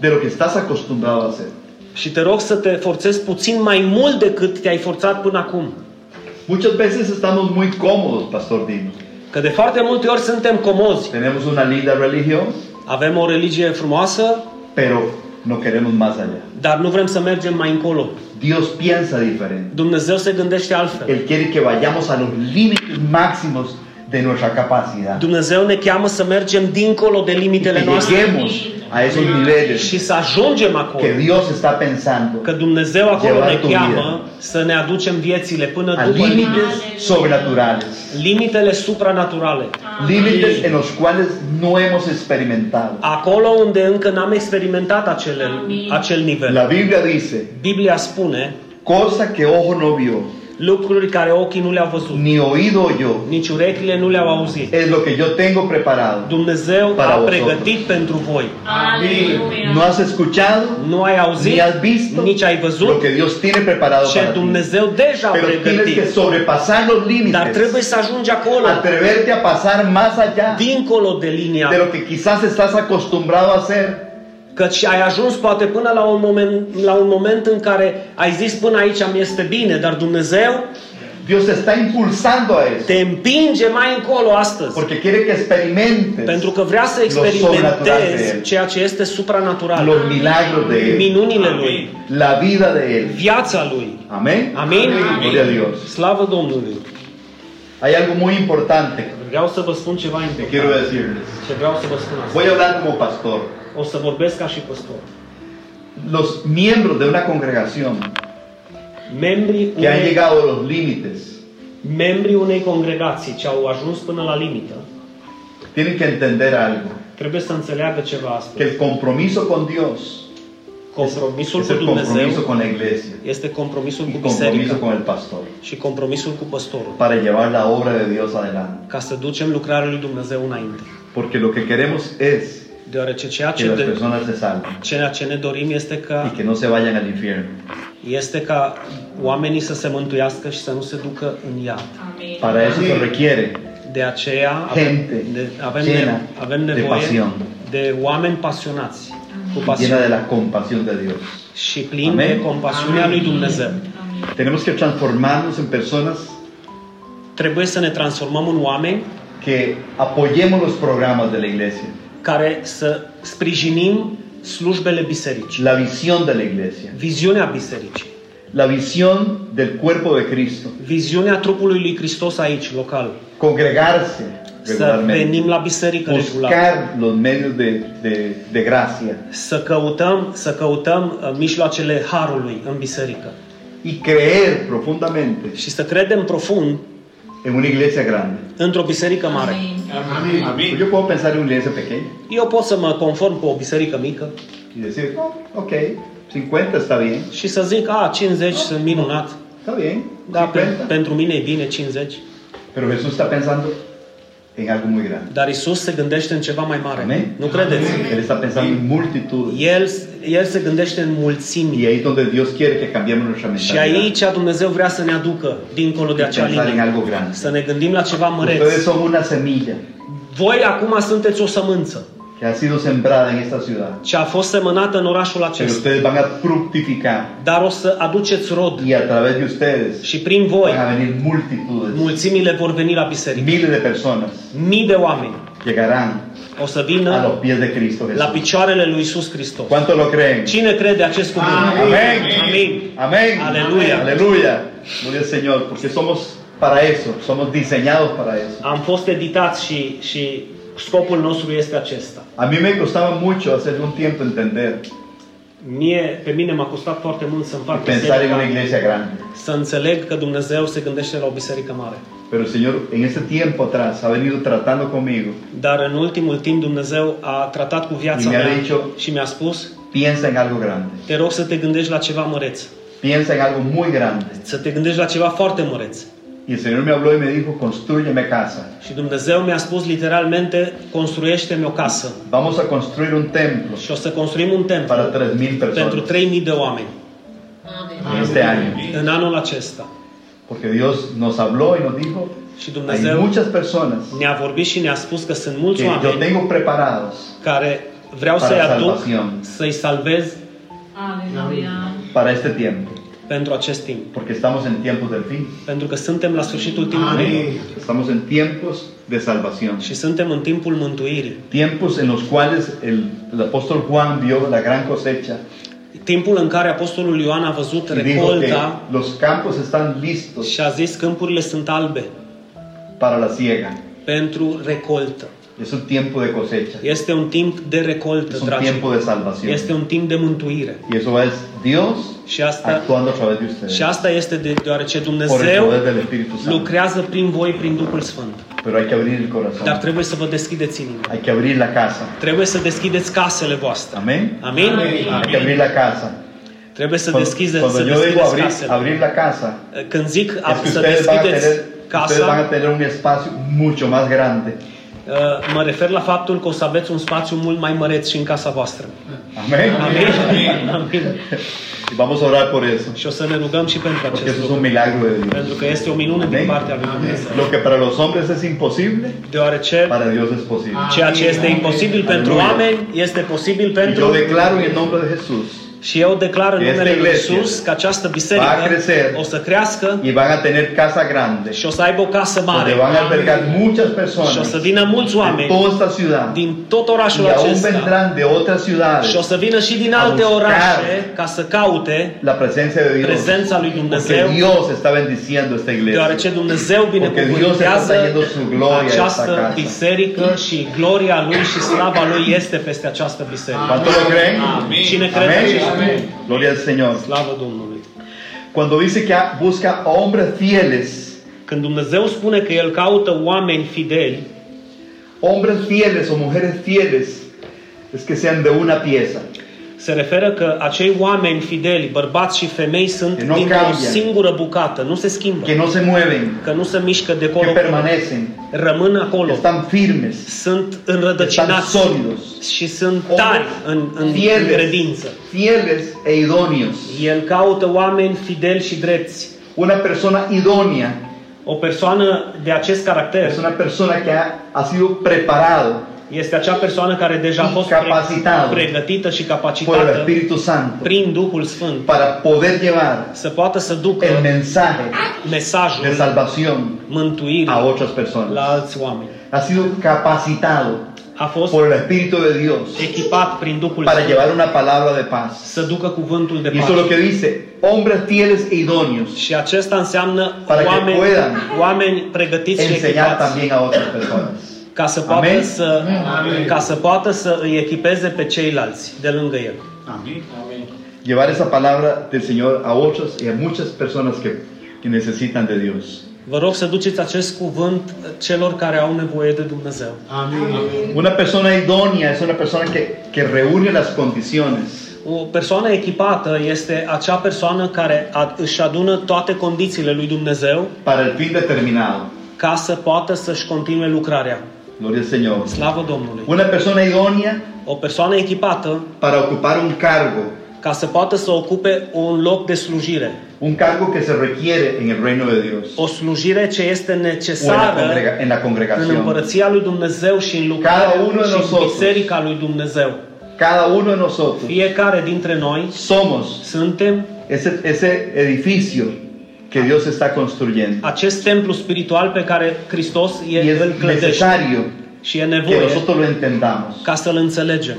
de lo que estás acostumbrado a hacer. Și te rog să te forțezi puțin mai mult decât te-ai forțat până acum. Muchas veces estamos muy cómodos, Pastor Dino. Că de foarte multe ori suntem comozi. Tenemos una linda religión, Avem o religie frumoasă, pero no queremos más allá. dar nu vrem să mergem mai încolo. Dios piensa diferente. Dumnezeu se gândește altfel. Él quiere que vayamos a los límites máximos de nuestra capacidad. Dumnezeu ne cheamă să mergem dincolo de Que limitele noastre lleguemos a esos niveles și să ajungem que acolo. Dios está pensando. Că Dumnezeu acolo Llevar ne tu cheamă să ne aducem viețile până A după límites sobrenaturales. limitele supranaturale. Límites en los cuales no hemos experimentado. Acolo unde încă n-am experimentat acele, acel nivel. La Biblia dice, Biblia spune cosa que ojo no vio, lucruri care ochii nu le-au văzut, ni oído oyó, nici urechile nu le-au auzit. es lo que yo tengo preparado. Dumnezeu Para a vosotros. pregătit pentru voi. Aleluya. No has escuchado, Nu ai ni auzit, has visto nici ai lo văzut que Dios tiene preparado ce para ti. Dumnezeu deja a Pero tienes pregătit. que sobrepasar los Dar límites. trebuie să ajungi acolo, atreverte a pasar más allá dincolo de linia, de lo que quizás estás acostumbrado a hacer. căci ai ajuns poate până la un, moment, la un moment în care ai zis până aici mi este bine, dar Dumnezeu Dios te está impulsando a eso, te împinge mai încolo astăzi. porque quiere que Pentru experimentes că vrea să sobrenatural de El. experimentezi ceea ce este supranatural, los milagros de Él, minunile Lui, la vida de Él. viața Lui. Amén. Amén. Gloria a Dios. Slavă Domnului! Hay algo muy importante Vreau să vă spun ceva que quiero important decirles. și vreau să vă spun asta. Voy a hablar como pastor. O să vorbesc ca și păstor. Los miembros de una congregación Membrii que han unei, llegado a los límites membrii unei congregații ce au ajuns până la limită tienen que entender algo. trebuie să înțeleagă ceva Que astăzi. el compromiso con Dios Compromisul es cu el compromiso Dumnezeu con la iglesia este compromisul y cu compromiso biserica con el pastor și compromisul cu păstorul. para llevar la obra de Dios adelante. Ca să ducem lucrarea lui Dumnezeu înainte. Porque lo que queremos es Deoarece ceea que ce, las de, personas se salven ceea ce ne dorim este y ca, que no se vayan al infierno. este ca oamenii să se mântuiască și să nu se ducă în iad. Amén. Para eso se requiere De aceea avem, Gente de, avem, llena ne, avem de nevoie de, pasión. oameni pasionați, cu llena de pasiune la compasión de Dios. și plini de Amen. compasiunea lui Dumnezeu. Tenemos que transformarnos en personas Trebuie să ne transformăm în oameni que apoyemos los programas de la iglesia, care să sprijinim slujbele bisericii, la visión de la iglesia, viziunea bisericii, la visión del cuerpo de Cristo, viziunea trupului lui Hristos aici, local. congregarse Să venim regularmente, la biserică regular. buscar los medios de, de- de gracia Să căutăm, să căutăm uh, mijloacele harului în biserică y creer profundamente și să credem profund en una iglesia grande. într-o biserică mare. Amén. Pues yo puedo pensar en una iglesia pequeña Eu pot să mă conform cu o biserică mică y decir, "Oh, ok, 50 está bien, și să zic, a, 50 sunt minunat, está bien, da, pe, 50". pentru mine e bine 50, Pero Jesús está pensando en algo muy grande. dar Isus se gândește în ceva mai mare. Amén. Nu credeți? Él está pensando en multitud. El, el se gândește în mulțimi. Y ahí es donde Dios quiere que cambiemos nuestra Și mentalidad. aici Dumnezeu vrea să ne aducă dincolo de Y acea pensar en linie. algo grande. Să ne gândim la ceva Ustedes măreț. son una semilla Voi acum sunteți o sămânță que ha sido sembrada en esta ciudad. ce a fost semănată în orașul Pero acesta, ustedes van a fructificar dar o să aduceți rod y a través de ustedes și prin van voi a venir multitudes. mulțimile vor veni la biserică. Miles de personas Mii de oameni llegarán o să a vină los pies de Cristo la Jesús. picioarele lui Isus Hristos. ¿Cuánto lo creen? Cine crede acest cuvânt? Amén. Amin. Amén. Aleluya. Aleluya. Gloria al Señor, porque somos para eso, somos diseñados para eso. Am fost editați și, și scopul nostru este acesta. A mí me costaba mucho hace un tiempo entender Mie, pe mine m-a costat foarte mult să-mi fac y pensar en biserica, una iglesia grande. să înțeleg că Dumnezeu se gândește la o biserică mare. Pero el Señor en ese tiempo atrás ha venido tratando conmigo. Dar în ultimul timp Dumnezeu a tratat cu viața Mi-a mea dicho- și mi-a spus Piensa en algo grande. te rog să te gândești la ceva măreț, Piensa en algo muy grande. să te gândești la ceva foarte măreț. Y el Señor me habló y me dijo, construyeme casa. Și Dumnezeu mi-a spus literalmente, construiește-mi o casă Vamos a construir un templo și o să construim un templu para 3.000 pentru personas 3.000 de oameni en este año. în anul acesta. Porque Dios nos habló y nos dijo, Și hay Dumnezeu muchas personas ne-a vorbit și ne-a spus că sunt mulți que yo oameni tengo preparados care vreau Para să-i aduc, salvación. să-i salvez Aleluya. para este tiempo. pentru acest timp. Porque estamos en tiempos del fin. Pentru că suntem la sfârșitul timpului Amén. Estamos en tiempos de salvación. și suntem în timpul mântuirii. Tiempos en los cuales el, el apóstol Juan vio la gran cosecha Timpul în care Apostolul Ioan a văzut y dijo que recolta los campos están listos și a zis câmpurile sunt albe para la siega. pentru recoltă. Es un tiempo de cosecha, Este un timp de recoltă, es un tiempo dragilor. de salvación. Este un timp de mântuire. Y eso es Dios Și asta, actuando a través de și ustedes asta este de, deoarece por el Dumnezeu poder del Espíritu Santo. lucrează prin voi, prin Duhul Sfânt. Pero hay que abrir el Dar corazón, trebuie să vă deschideți inima. hay que abrir la casa. Trebuie să deschideți casele voastre. Amén. Amin? Amin. Hay que abrir la casa. Trebuie să Cuando, deschideți, cuando să yo digo deschideți abrir, casele. abrir la casa, Când zic a- es que să ustedes van, a deschideți tener, ustedes van a casa, tener un espacio mucho más grande. uh, mă refer la faptul că o să aveți un spațiu mult mai măreț și în casa voastră. Amén. Amin? Amin. Y vamos a orar por eso, Și o să ne rugăm și pentru porque acest eso es un lucru. milagro de Dios. Pentru că este o minune din Amin. partea lui Dumnezeu. Lo que para los hombres es imposible, Deoarece para Dios es posible. ceea ce este imposibil pentru Aleluia. oameni este posibil Y yo pentru... declaro en el nombre de Jesús Și eu declar în Este numele lui iglesia. Isus că această biserică Va crecer. o să crească y van a tener casa grande, și o să aibă o casă donde mare van a albergar și muchas o să personas vină mulți de oameni toda esta ciudad din tot y orașul aún acesta vendrán de otras și o ciudades să vină și din a alte buscar orașe ca să caute la presencia de Dios. prezența lui Porque Dumnezeu Dios está bendiciendo esta iglesia. deoarece Dumnezeu binecuvântează Dios está trayendo su gloria a esta această casa. biserică și gloria Lui și slava Lui este peste această biserică. ¿Cuánto lo creen? Cine crede Amén. acest lucru? Gloria al Señor. Slavă Domnului! Cuando dice que busca hombres fieles, Când Dumnezeu spune că El caută oameni fideli, hombres fieles o mujeres fieles, es que sean de una pieza, se referă că acei oameni fideli, bărbați și femei, sunt Că nu dintr-o cambia. singură bucată, nu se schimbă, que no se mueven, că nu se mișcă de que colo, permanecen, rămân que acolo, están firmes, sunt que están înrădăcinați sólidos, și sunt Deci Omul tari în, în, în credință. fieles, fieles e idóneos. El caută oameni fideli și drepți. Una persona idónea O persoană de acest caracter es una persona que ha, ha sido preparado este acea persoană care deja a fost Capacitată. pregătită și por el capacitată Espíritu Santo prin Duhul Sfânt para poder llevar să poată să ducă el mensaje de mesajul salvación a mântuirii otras la personas. alți oameni. Ha sido capacitado A fost por el Espíritu de Dios echipat prin Duhul para Sfânt llevar una palabra de paz. să ducă cuvântul de Y eso es lo pace. que dice, hombres fieles e idóneos Și acesta înseamnă Para que oameni, puedan oameni pregătiți și enseñar echipați también a otras personas. ca să, poată Amen? să, ca să poată să îi echipeze pe ceilalți de lângă el. Llevar esa palabra del Señor a otros y a muchas personas que, que necesitan de Dios. Vă rog să duceți acest cuvânt celor care au nevoie de Dumnezeu. Una persona idónea es una persona que, que reúne las condiciones O persoană echipată este acea persoană care ad- își adună toate condițiile lui Dumnezeu para el fin determinado. ca să poată să-și continue lucrarea. Gloria al Señor. Slavă Domnului! Una persona idónea O persoană echipată para ocupar un cargo, ca să poată să ocupe un loc de slujire. un cargo que se requiere en el reino de Dios O slujire ce este o en la, necesară congrega- en la în congregación. împărăția lui Dumnezeu și în lucrarea Cada unul și de în nosotros. biserica lui Dumnezeu. Cada uno de nosotros Fiecare dintre noi somos suntem ese, ese edificio que Dios está construyendo. acest templu spiritual pe care Hristos Y e, îl es clădește necesario și e que nevoie nosotros lo entendamos. ca să-l înțelegem.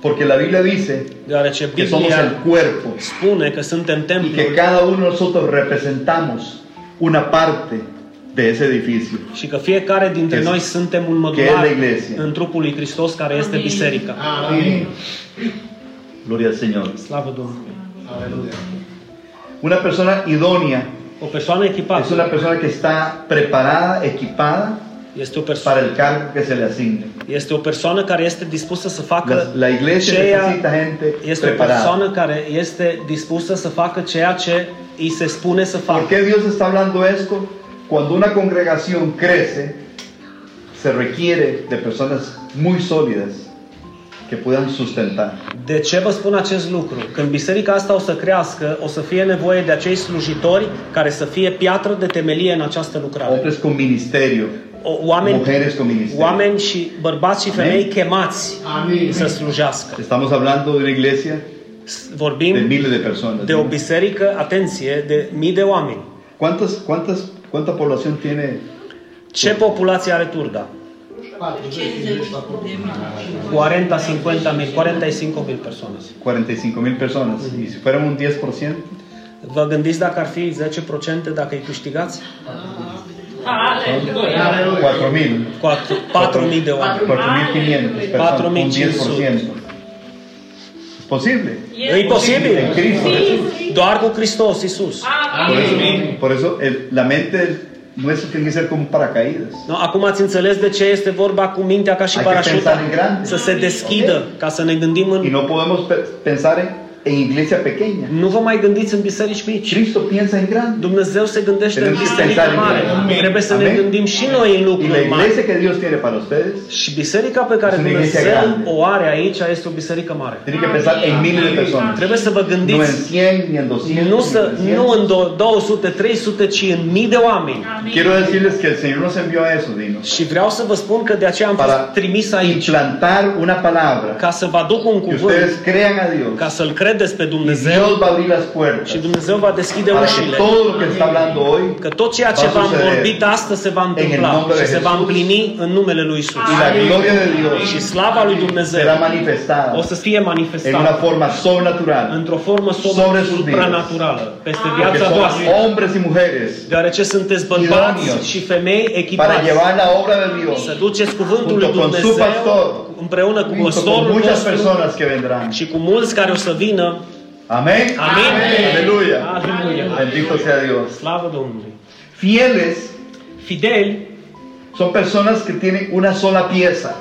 Porque la Biblia dice Deoarece que somos el Biblia cuerpo spune că suntem y que templul cada uno de nosotros representamos una parte de ese edificio. și că fiecare dintre Că- noi suntem un că e la mădular iglesia. în trupul lui Hristos care este Amin. biserica. Gloria al Señor. Slavă Domnului! Una persona idónea O persoană es echipată una persona que está preparada, equipada este o persoană para el cargo que se le asigne. este o persoană care este dispusă să facă La, la iglesia necesita gente este o preparada. persoană care este dispusă să facă ceea ce îi se spune să ¿Por facă. qué Dios está hablando esto? Cuando una congregación crece, se requiere de personas muy sólidas que puedan sustentar. De ce vă spun acest lucru? Când biserica asta o să crească, o să fie nevoie de acei slujitori care să fie piatră de temelie în această lucrare. Hombres con ministerio, O, oameni, mujeres con ministerio. oameni și bărbați și femei chemați Amin. să slujească. Estamos hablando de una iglesia S- de Vorbim miles de personas. de ¿no? o biserică, atenție, de mii de oameni. ¿Cuántas, cuántas, ¿Cuánta población tiene? Ce populație are Turda? 40, 50 mil, 45 mil persoane. 45 mil personas. Y si fueran un 10%, Vă gândiți dacă ar fi 10% dacă îi câștigați? 4 mil. Cu at- 4.000 de oameni. 4.500 personas, un 10%. 4.500. Es posible. E En imposibil. Cristo. Doar cu Hristos, Isus. Por eso, por eso el- la mente nuestra tiene que ser como un paracaídas. No, acum ați înțeles de ce este vorba cu mintea ca și Hai că parașuta. pensare în grande. Să se deschidă, ca să ne gândim Y în... no podemos pe- pensar en, en iglesia pequeña. Nu vă mai gândiți în biserici mici. Cristo piensa en grande. Dumnezeu se gândește în Trebuie să biserică pensare în mare. grande. Trebuie să ne Amen. gândim și noi în Y la lucruri mari. iglesia que Dios tiene para ustedes Și biserica pe care Este o iglesie Dumnezeu grande. o are aici este o biserică mare. tiene que pensar en miles de personas. Trebuie să vă No en gândiți 100, ni en 200. nu, ni să, en nu 300. în do- 200, 300, ci în mii de oameni. Quiero decirles que el Señor nos envió a eso, Dino. Și vreau să vă spun că de aceea am Para fost trimis aici, implantar una palabra ca să vă aduc un que cuvânt, ustedes crean a Dios ca să-L credeți pe Dumnezeu Dios va abrir las puertas și Dumnezeu va deschide para que ușile. todo lo que está hablando hoy Că tot ceea ce va v-am sucede. vorbit astăzi se va el întâmpla nombre și de se va Iisus. împlini în numele lui Isus. y la gloria de Și Dios slava lui será Dumnezeu o manifestada să fie en una manifestată forma sobrenatural. într-o formă Sobre sus supranaturală peste Porque viața somos voastră. hombres y mujeres Deoarece sunteți bărbați Idóneos. și femei para echipați llevar la obra de Dios să duceți cuvântul lui Junto con su Dumnezeu pastor. împreună cu junto con păstorul muchas vostru personas que vendrán. și cu mulți care o să vină. Amén. Amén. Aleluya. Aleluia. Bendito sea Dios. Slavă Domnului. Fieles Fideli son personas que tienen una sola pieza.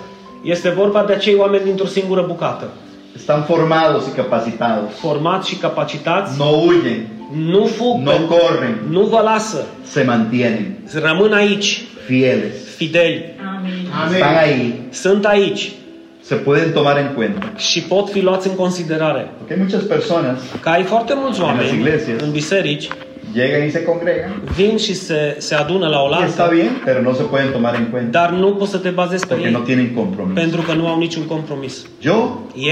este vorba de acei oameni dintr-o singură bucată. Están formados y capacitados. Formați și capacitați, No huyen, nu fug, no corren, nu vă lasă. se mantienen Rămân aici, fieles. fideli. Amén. Están ahí, Sunt aici se pueden tomar en cuenta. și pot fi luați în considerare. Porque hay muchas personas Că ai foarte mulți În oameni iglesias. în biserici, llegan y se congregan. vin și se, se adună la Y está oaltă, bien, pero no se pueden tomar en cuenta dar nu poți să te bazezi pe porque no ei, tienen compromiso. pentru că nu au niciun compromis. Yo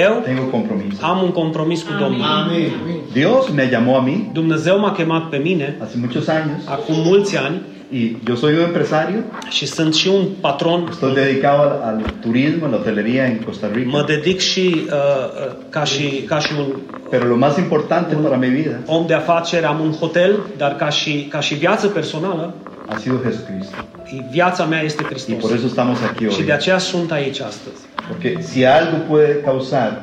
Eu tengo compromiso. am un compromis cu Domnul. Amén. Dios me llamó a mí Dumnezeu m-a chemat pe mine hace muchos años acum mulți ani y yo soy un empresario și sunt și un patron. Estoy dedicado al, al turismo, a la hotelería en Costa Mă Rica. dedic și uh, ca și, ca și un Pero lo más importante para mi vida om de afaceri, am un hotel, dar ca și, ca și viață personală, ha sido Jesucristo. viața mea este Y por Hristos. eso estamos aquí Și hoy. de aceea sunt aici astăzi. Porque si algo puede causar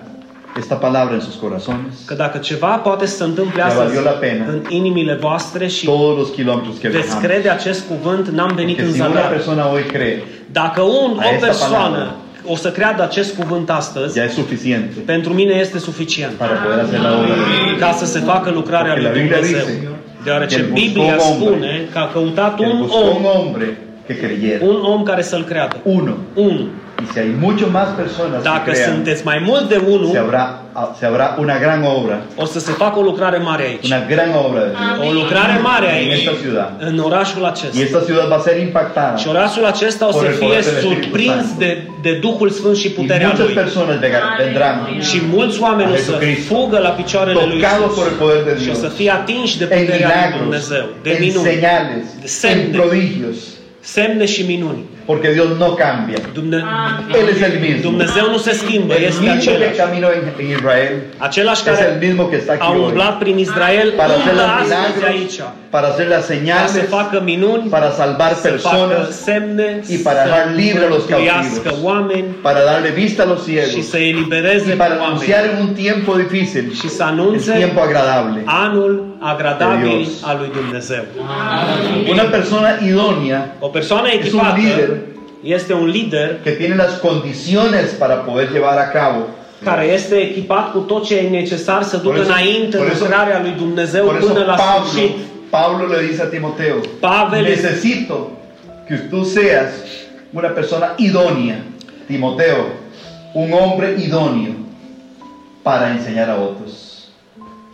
esta palabra en sus corazones, Că dacă ceva poate să se întâmple Ya astăzi valió la pena. în inimile voastre și todos los kilómetros que veți viajamos. crede acest cuvânt, n-am venit Porque în si una zadar. persona hoy cree, Dacă un, Aia o este persoană palabra. o să creadă acest cuvânt astăzi, ya es suficiente pentru mine este suficient para poder hacer la obra. de Dios. ca să se facă lucrarea Porque la lui Biblia Dumnezeu. dice, Deoarece el buscó Biblia un hombre. spune că a căutat Él un buscó un om, hombre que creyera. un om care să-l creadă. Uno. Unul. Y si hay mucho más personas que Dacă crean, sunteți mai mult de se unul, habrá, se habrá una gran obra. o să se facă o lucrare mare aici. Una gran obra de Dios O lucrare mare en aici, esta ciudad. în orașul Y acesta. esta ciudad va a ser impactada. Și orașul acesta o să Orele fie poetele surprins Sfântului de, de Duhul Sfânt și Y puterea muchas lui. personas vega- vendrán Și mulți oameni o să Aleluia. fugă la picioarele lui tocados por el Isus poder de și o să Dios fie atinși de en puterea lui milagros, Dumnezeu, de en minuni, señales, en semne. prodigios, semne și minuni. porque Dios no cambia. Dumne- Él es el mismo. Dumnezeu nu se schimbă, El este mismo que același. caminó en, en Israel Același es el care mismo que está aquí a hoy umblat prin Israel, para hacer umblă los astăzi aici, milagros, para hacer las ca să señales, facă minuni, para salvar să facă personas, semne, y para să dar libre a los mântuiască cautivos. oameni para darle vista a los și cielos să elibereze y pe para oameni. anunciar en un tiempo difícil și să el anunțe tiempo agradable. anul agradabil Dios. al lui Dumnezeu. Una persona idónea O persoană Es un echipată lider. este un lider que tiene las condiciones para poder llevar a cabo. care este echipat cu tot ce e necesar să ducă Por eso- înainte por eso- lucrarea lui Dumnezeu Por eso până la Pablo, sfârșit. Pablo le dice a Timoteo, Pavel- necesito que tú seas una persona idónea, Timoteo, un hombre idóneo para enseñar a otros.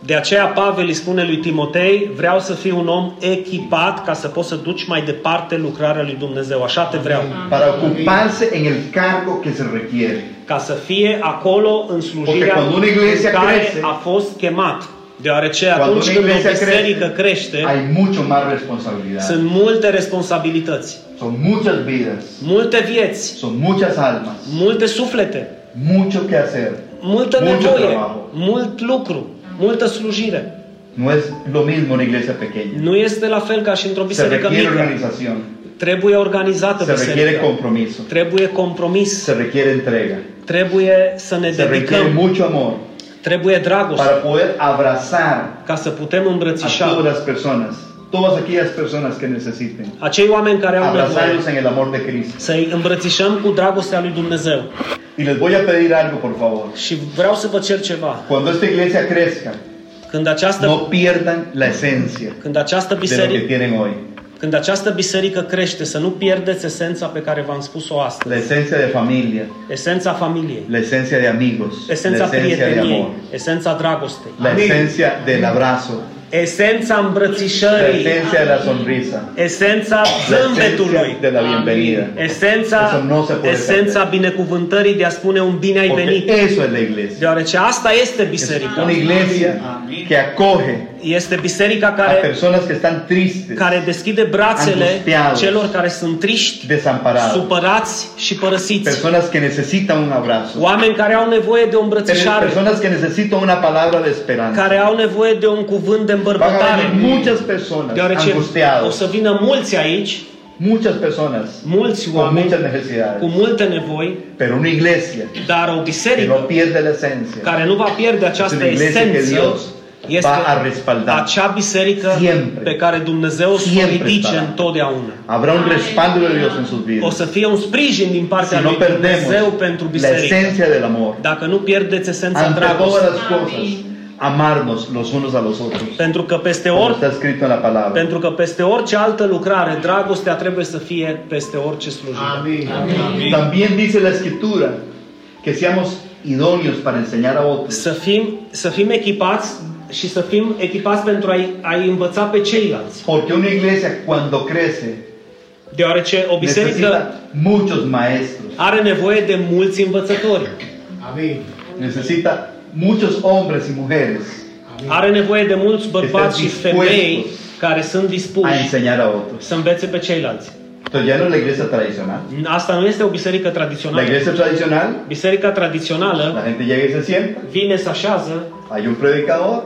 De aceea Pavel îi spune lui Timotei, vreau să fii un om echipat ca să poți să duci mai departe lucrarea lui Dumnezeu. Așa te vreau. Para ocuparse en el cargo que se requiere. Ca să fie acolo în Porque slujirea cuando una iglesia în care crece- a fost chemat. Deoarece Cuando atunci una când o iglesia biserică crește, Hay mucho más responsabilidad. Sunt multe responsabilități, Son muchas vidas, multe vieți, son muchas almas, multe suflete, mucho que hacer. multă Mucho nevoie, trabajo. mult lucru, multă slujire. No es lo mismo una iglesia pequeña. Nu este la fel ca și într-o Se biserică requiere mică. organización, Trebuie organizată se requiere biserica. compromiso, Trebuie compromis, se requiere entrega, trebuie să ne se requiere dedicăm, mucho amor trebuie dragoste para poder abrazar ca să putem a todas îmbrățișa las personas, todas aquellas personas que necesiten. acei oameni care au nevoie Abrazarlos en el amor de Cristo. să îi îmbrățișăm cu dragostea lui Dumnezeu. Y les voy a pedir algo, por favor. Și vreau să vă cer ceva. Cuando esta iglesia crezca, Când această, no pierdan la esencia când această de lo biserică que tienen hoy. Când această biserică crește, să nu pierdeți esența pe care v-am spus-o astăzi. La esencia de familia, Esența familiei, la esencia de amigos, esența la esencia de prieteniei, amor, esența dragostei, la esencia del abrazo, Esența la îmbrățișării, esencia de la sonrisa, esența la esencia zâmbetului, de la bienvenida. Eso esența, no se puede esența binecuvântării de a spune un bine ai Porque venit. eso es la iglesia. Deoarece asta este Es biserica. una iglesia que acoge Este biserica a care, personas que están tristes, care deschide brațele Angustiados. celor care sunt triști, desamparadas, supărați și părăsiți. personas que necesitan un abrazo, Oameni care au nevoie de o îmbrățișare, personas que necesitan una palabra de esperanza. care au nevoie de un cuvânt de Van a venir îmbărbătare. muchas personas Deoarece o angustiadas, să vină mulți aici, muchas personas mulți con oameni muchas cu necesidades, multe nevoi, pero una iglesia dar o que no biserică pierde la esencia care nu va pierde această Este o iglesie că esență Dios este va a respalda. acea biserică Siempre. pe care Dumnezeu o să o Siempre ridice estará. întotdeauna. habrá un respaldo de Dios en sus O vidas să fie un sprijin din partea si lui no Dumnezeu pentru perdemos la biserică. esencia del amor Dacă nu pierdeți esența ante todas dragostei, las cosas amarnos los unos a los otros pentru că peste como ori está escrito en la palabra pentru că peste orice altă lucrare, dragostea trebuie să fie peste orice slujire. Amén. Amén. también dice la escritura que seamos idóneos para enseñar a otros Să fim, să fim echipați și să fim echipați pentru a-i, a-i învăța pe ceilalți. porque una iglesia cuando crece Deoarece o biserică necesita muchos maestros are nevoie de mulți învățători, Amén. necesita muchos hombres y mujeres are nevoie de mulți bărbați și Este dispuestos. femei care sunt a dispuși enseñar a otros să învețe pe ceilalți. entonces ya no es la iglesia tradicional Asta nu este o biserică la tradițională. iglesia tradicional Biserica la tradițională gente llega y se sienta vine să așează, hay un predicador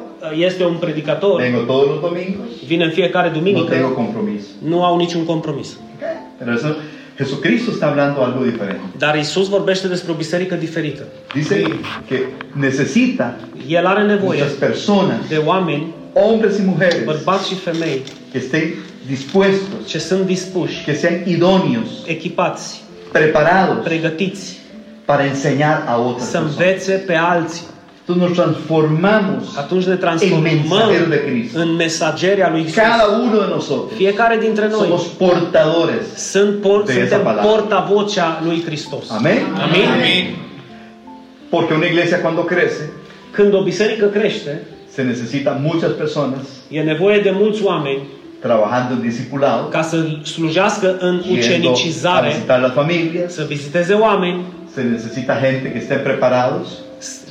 este un predicator, Vengo todos los domingos, vine în fiecare no tengo duminică, compromiso. nu au niciun compromis. Ok. Pero eso, Jesucristo está hablando algo diferente. Dar Isus vorbește despre o biserică diferită. Dice que necesita El are nevoie muchas personas, de oameni, hombres y mujeres, bărbați și femei, que estén dispuestos, ce sunt dispuși, que sean idóneos, echipați, preparados pregătiți, para enseñar a otras să personas. învețe pe alții. Entonces nos transformamos Atunci ne en mensajeros transformăm de Cristo. în mesageria lui Isus. Cada uno de nosotros Fiecare dintre noi somos portadores. sunt por, de esa suntem palabra. portavocea lui Hristos. Amén. Amin? Porque una iglesia cuando crece Când o biserică crește, se necesita muchas personas e nevoie de mulți oameni trabajando en discipulado. ca să slujească în yendo a ucenicizare, visitar las familias, să viziteze oameni, se necesita gente que estén preparados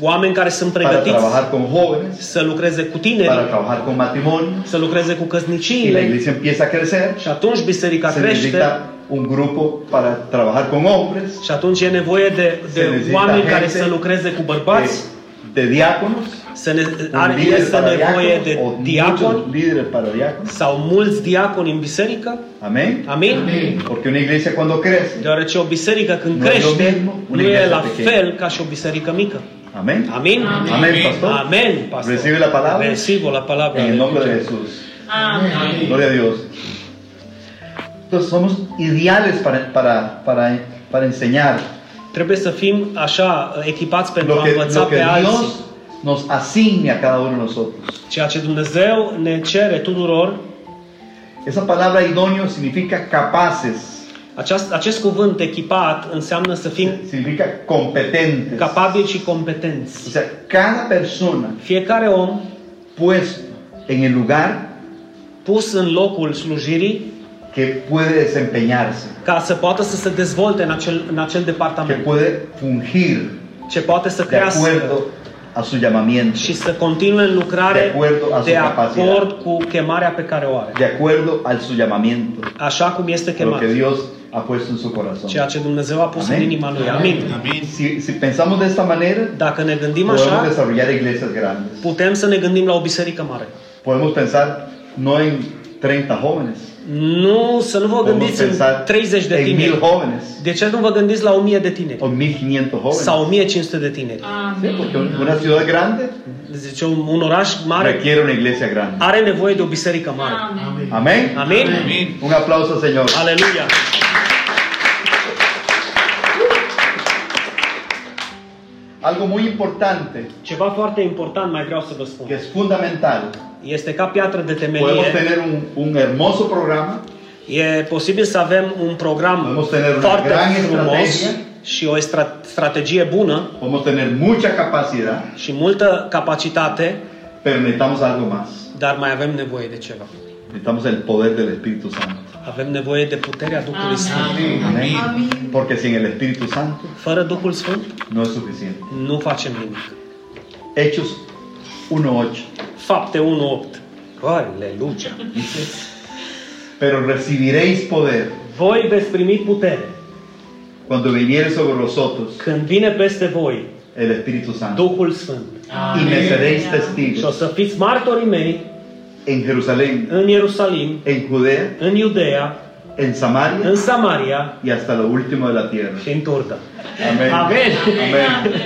oameni care sunt para pregătiți trabajar con jóvenes, să lucreze cu para tineri, trabajar con matrimonios, să lucreze cu y la căsniciile iglesia empieza a crecer, și atunci biserica se crește necesita un grupo para trabajar con hombres, și atunci e nevoie de, Se de necesită oameni care gente să lucreze cu bărbați, eh, de, de diáconos, să ne, un are, líder este para nevoie de diáconos, o muchos diaconi líderes para diáconos, sau mulți diaconi în biserică, amén, amin? porque una iglesia cuando crece, Deoarece o biserică când Nu e lo crește mismo, nu una e iglesia la pequeña. fel ca și o biserică mică. amén, Amin? amén, pastor, Amen, pastor. Recibe la palabra. Recibo la palabra. en el nombre de Aleluya. Jesús. Amén. Gloria a Dios. Entonces somos ideales para, para, para, para enseñar Trebuie să fim așa echipați pentru lo a que, învăța lo que pe alții. Dios nos asigne a cada uno de nosotros. Ceea ce Dumnezeu ne cere tuturor, Esa palabra idóneo significa capaces, aceast, acest cuvânt echipat înseamnă să fim significa competentes. capabili și O competenți. sea, cada persona Fiecare om puesto en el lugar pus în locul slujirii que puede desempeñarse, ca să poată să se dezvolte în acel, în acel que departament, puede fungir ce poate să de crească acuerdo a su llamamiento, și să continue în De lucrare acuerdo a su de capacidad. acord cu chemarea pe care o are, de acuerdo a su llamamiento, așa cum este lo chemat, que Dios ha puesto en su corazón. ceea ce Dumnezeu a pus în Amen. inima lui. Amin. Si, si pensamos de esta manera, Dacă ne gândim podemos așa, desarrollar iglesias grandes. putem să ne gândim la o biserică mare. Podemos pensar no en 30 jóvenes, Nu, să nu vă podemos gândiți în pensar 30 de en mil tineri. jóvenes De ce nu vă gândiți la 1000 de tineri? o 1500 jóvenes. Sau 1500 de tineri? Sí, porque una ciudad grande Deci un, un oraș mare requiere una iglesia grande. are nevoie de o biserică mare. Amén. Amén. Amin? Un aplauso, Señor. Aleluia! Algo muy importante Ceva foarte important mai vreau să vă spun. que es fundamental. Este ca piatră de Podemos temelie. tener un, un hermoso programa, E posibil să avem un program Podemos tener una foarte gran frumos estrategie. și o estra- strategie bună podemos tener mucha capacidad, și multă capacitate, Pero necesitamos algo más. Dar mai avem nevoie de ceva. Necesitamos el poder del Espíritu Santo. Avem nevoie de puterea Duhului Sfânt. Amén. Amén. Amén. Porque sin el Espíritu Santo Fără Duhul Sfânt no es suficiente. nu facem nimic. Hechos 1.8. Fapte 1.8. Aleluia! Pero recibiréis poder Voi veți primi putere cuando viniere sobre vosotros când vine peste voi el Espíritu Santo. Duhul Sfânt. Y me este Amén. seréis Și o testigos să fiți martorii mei en Jerusalén, în Ierusalim, en Judea, în Iudeea, en Samaria în Samaria y hasta lo último de la tierra. și în Turdă. Amén. Amén. Amén.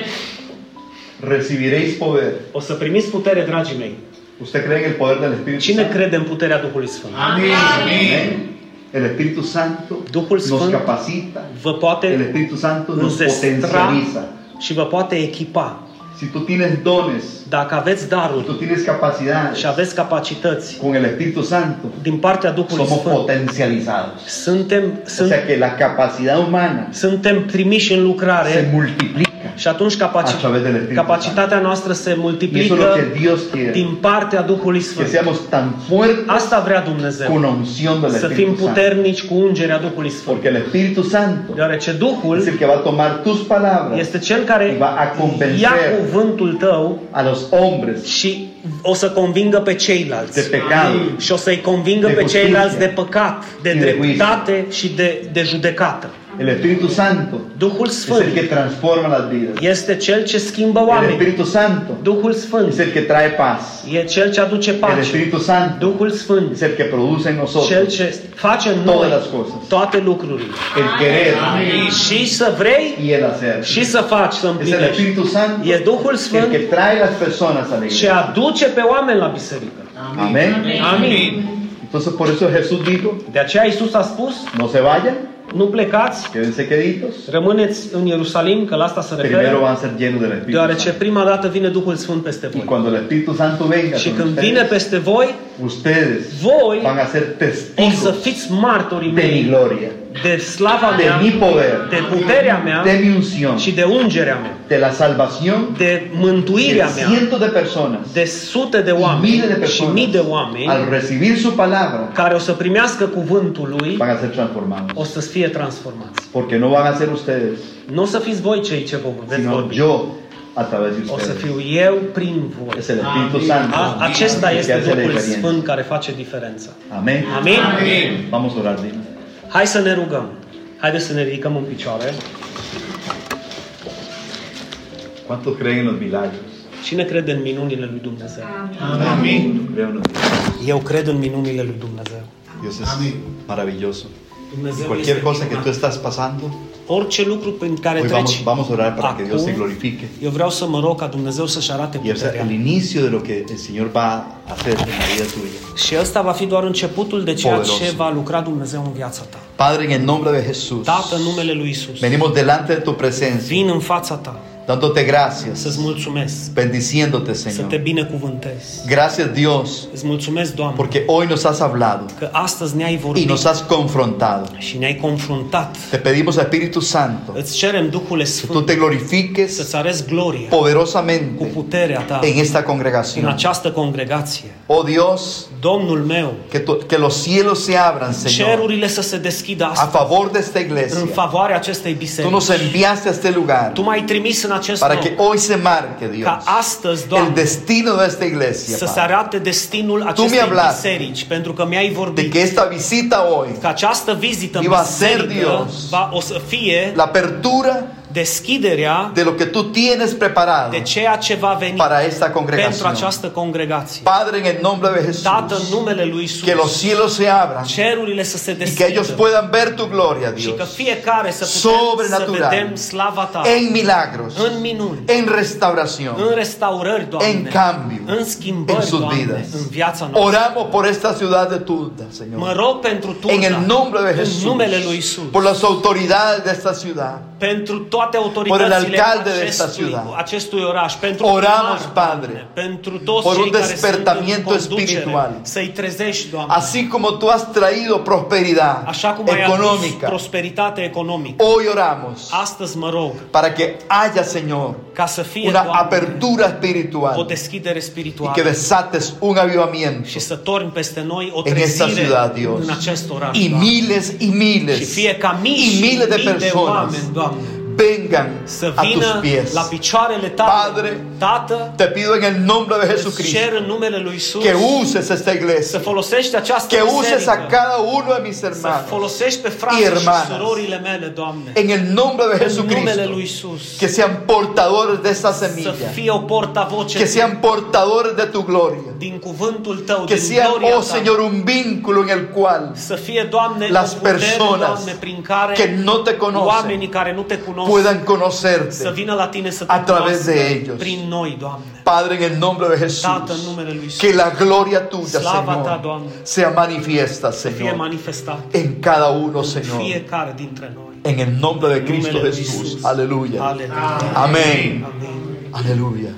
Recibiréis poder. O să primiți putere, dragii mei. ¿Usted cree en el poder del Espíritu Cine Santo? crede în puterea Duhului Sfânt? Amén. Amén. Amén. El Espíritu Santo Duhul nos Sfânt capacita. Vă El poate Espíritu Santo nos înzestra potencializa. și vă poate echipa. Si tú tienes dones, Dacă aveți daruri tú tienes capacidades, și aveți capacități con el Espíritu Santo din partea Duhului somos Sfânt, potencializados. suntem, O sunt, sea que la capacidad humana suntem primiși în se lucrare multiplica. și atunci capaci- A través del Espíritu capacitatea noastră se Y eso es lo que multiplică Dios quiere. din partea Duhului Que Sfânt. seamos tan fuertes Asta vrea con Dumnezeu, unción del să fim Espíritu Santo. puternici cu ungerea Duhului Sfânt. Porque el Espíritu Santo Deoarece Duhul es el que va a tomar tus palabras este cel care Va a convinge. ia cuvântul tău a los hombres și o să convingă pe de ceilalți. pecado Amén. Și o să-i convingă De pe justiție. ceilalți de păcat, de Și de dreptate și de, de judecată. El Espíritu Santo Duhul es el que Sfânt transforma las vidas. este cel ce schimbă El oamenii. Espíritu Santo Duhul es Sfânt el que trae paz. e cel ce aduce El pace. Espíritu Santo Duhul Sfânt es el que produce en cel nosotros ce face în todas noi las cosas. toate lucrurile. El querer Și să vrei y el hacer. și să faci să Es el împlinești. Espíritu Santo E Duhul el que Sfânt trae las personas a la ce iglesia. aduce pe oameni la biserică. Amén. Amin. Entonces por eso Jesús dijo, De aceea Isus a spus, no se vayan, nu plecați, quédense queditos. rămâneți în Ierusalim, că la asta se Primero referă, van a ser llenos del Espíritu deoarece Santo. prima dată vine Duhul Sfânt peste Y voi. cuando el Espíritu Santo venga, Și con când vine ustedes, peste voi, ustedes voi van a ser o să testigos fiți martorii de mi mei, gloria, de slava de mea, mi poder, de puterea de mea mi unción, și de ungerea mea, de la de salvación de mântuirea mea, cientos de personas, de sute de y miles de oameni și mii de personas, oameni al recibir su palabra, care o să primească cuvântul lui, van a ser o transformados. să fie transformați. Porque no van a ser ustedes, Nu o să fiți voi cei ce vă veți sino vorbi. yo a través de O să ustedes. fiu eu prin voi. Es el Espíritu Ah, Santo A, acesta el que este hace la Duhul diferencia. Sfânt care face diferența. Amén. Amin? Vamos a orar, Dina. Hai să ne rugăm. Haideți să ne ridicăm în picioare. ¿Cuántos creen en los milagros? Cine crede în minunile lui Dumnezeu? Amén. Yo creo en los milagros. Eu cred în minunile lui Dumnezeu. Dios Amén. es maravilloso. Dumnezeu Cualquier este cosa que tú minunat. estás pasando, Orice lucru prin care hoy treci, vamos, vamos a orar para que Dios se Acum. glorifique. eu vreau să mă rog ca Dumnezeu să-și arate Y ese es el puterea. inicio de lo que el Señor va a hacer en la vida tuya. Și ăsta va fi doar începutul de ceea Poderos. ce va lucra Dumnezeu în viața ta. Padre, en el nombre de Jesús, Tată, în numele lui Isus, venimos delante de tu presencia, vin în fața ta dándote gracias, să-ți mulțumesc, bendiciéndote, să te Señor. binecuvântez. Gracias, Dios, Îți mulțumesc, Doamne, porque hoy nos has hablado că astăzi ne-ai y vorbit nos has confrontado. și ne-ai confruntat. Te pedimos, Espíritu Santo, Îți cerem Duhul que tú Sfânt te glorifiques să-ți arăți gloria cu poderosamente puterea ta en în esta congregación. această congregație. Oh Dios, Domnul meu, que, tu- que los cielos se abran, Señor, cerurile să se deschidă a astăzi favor de esta în iglesia. favoarea acestei Tú biserici. nos enviaste a este lugar Tu m-ai trimis în acest para que loc hoy se marque, ca Dios, astăzi, el Doamne, destino de esta iglesia, să se Padre. arate destinul acestei mi-ai hablat biserici, pentru că mi-ai de vorbit que esta visita hoy, că această vizită în Iba a ser biserică Dios. va, o să fie la apertura deschiderea de lo que tú tienes preparado de ceea ce va veni para esta pentru congregación. această congregație. Padre, en el nombre de Jesús, Tată, în numele lui Isus, que los cielos se abran cerurile să se y que ellos deschidă puedan ver tu gloria, și că Dios, fiecare să putem să Sobrenatural. vedem slava ta en milagros, în minuni, en în restauración, restaurări, en Doamne, cambio, în en schimbări, sus Doamne, vidas. în viața noastră. Oramos por esta ciudad de Tunda, Mă Señor. rog pentru tu, En el nombre de în Jesús, numele lui Isus, por las autoridades de esta ciudad, pentru toate autoritățile alcalde de esta acestui, ciudad. acestui oraș, pentru Oramos, primar, Padre, Doamne, pentru toți por un cei care sunt în despertamiento conducere, espiritual. să-i trezești, Doamne, Así como tú has traído prosperidad așa cum ai adus económica, prosperitate economică. hoy oramos Astăzi mă rog para que haya, Señor, ca să fie, una Doamne, apertura o espiritual deschidere y que spirituală desates un avivamiento și să torni peste noi o en esta trezire ciudad, Dios. în acest oraș, Y Doamne. miles y și miles fie ca mii y și miles de mii de personas oameni, Doamne, vengan să a tus vină pies. la picioarele tale. Padre, Tată, Te pido en el nombre de îți cer Jesucristo în numele lui Isus que uses să esta iglesia, folosești această que uses a biserică, cada uno de mis să hermanos. folosești pe frații și hermanas. surorile mele, Doamne, En el nombre de în numele lui Jesucristo, Isus, que sean portadores de esta să semilla, fie o portavoce que sean portadores de tu gloria, din cuvântul Tău, que din sean, gloria oh Ta. Señor, un vínculo en el cual să fie, Doamne, las o putere, personas Doamne, prin care que no te oamenii conocen care nu Te cunosc puedan să conocerte. vină la Tine să a Te través cunoască de ellos. prin noi, Doamne. Padre, en el nombre de Jesús, Tată, în numele lui Isus, que la gloria tuya, Slava Ta, Doamne. Señor, sea manifiesta, să fie Señor, manifestat en cada uno, în Señor. fiecare dintre noi. En el nombre de În numele Cristo lui Jesús. Isus. Aleluya. Aleluya. Amén. Amén. Aleluya.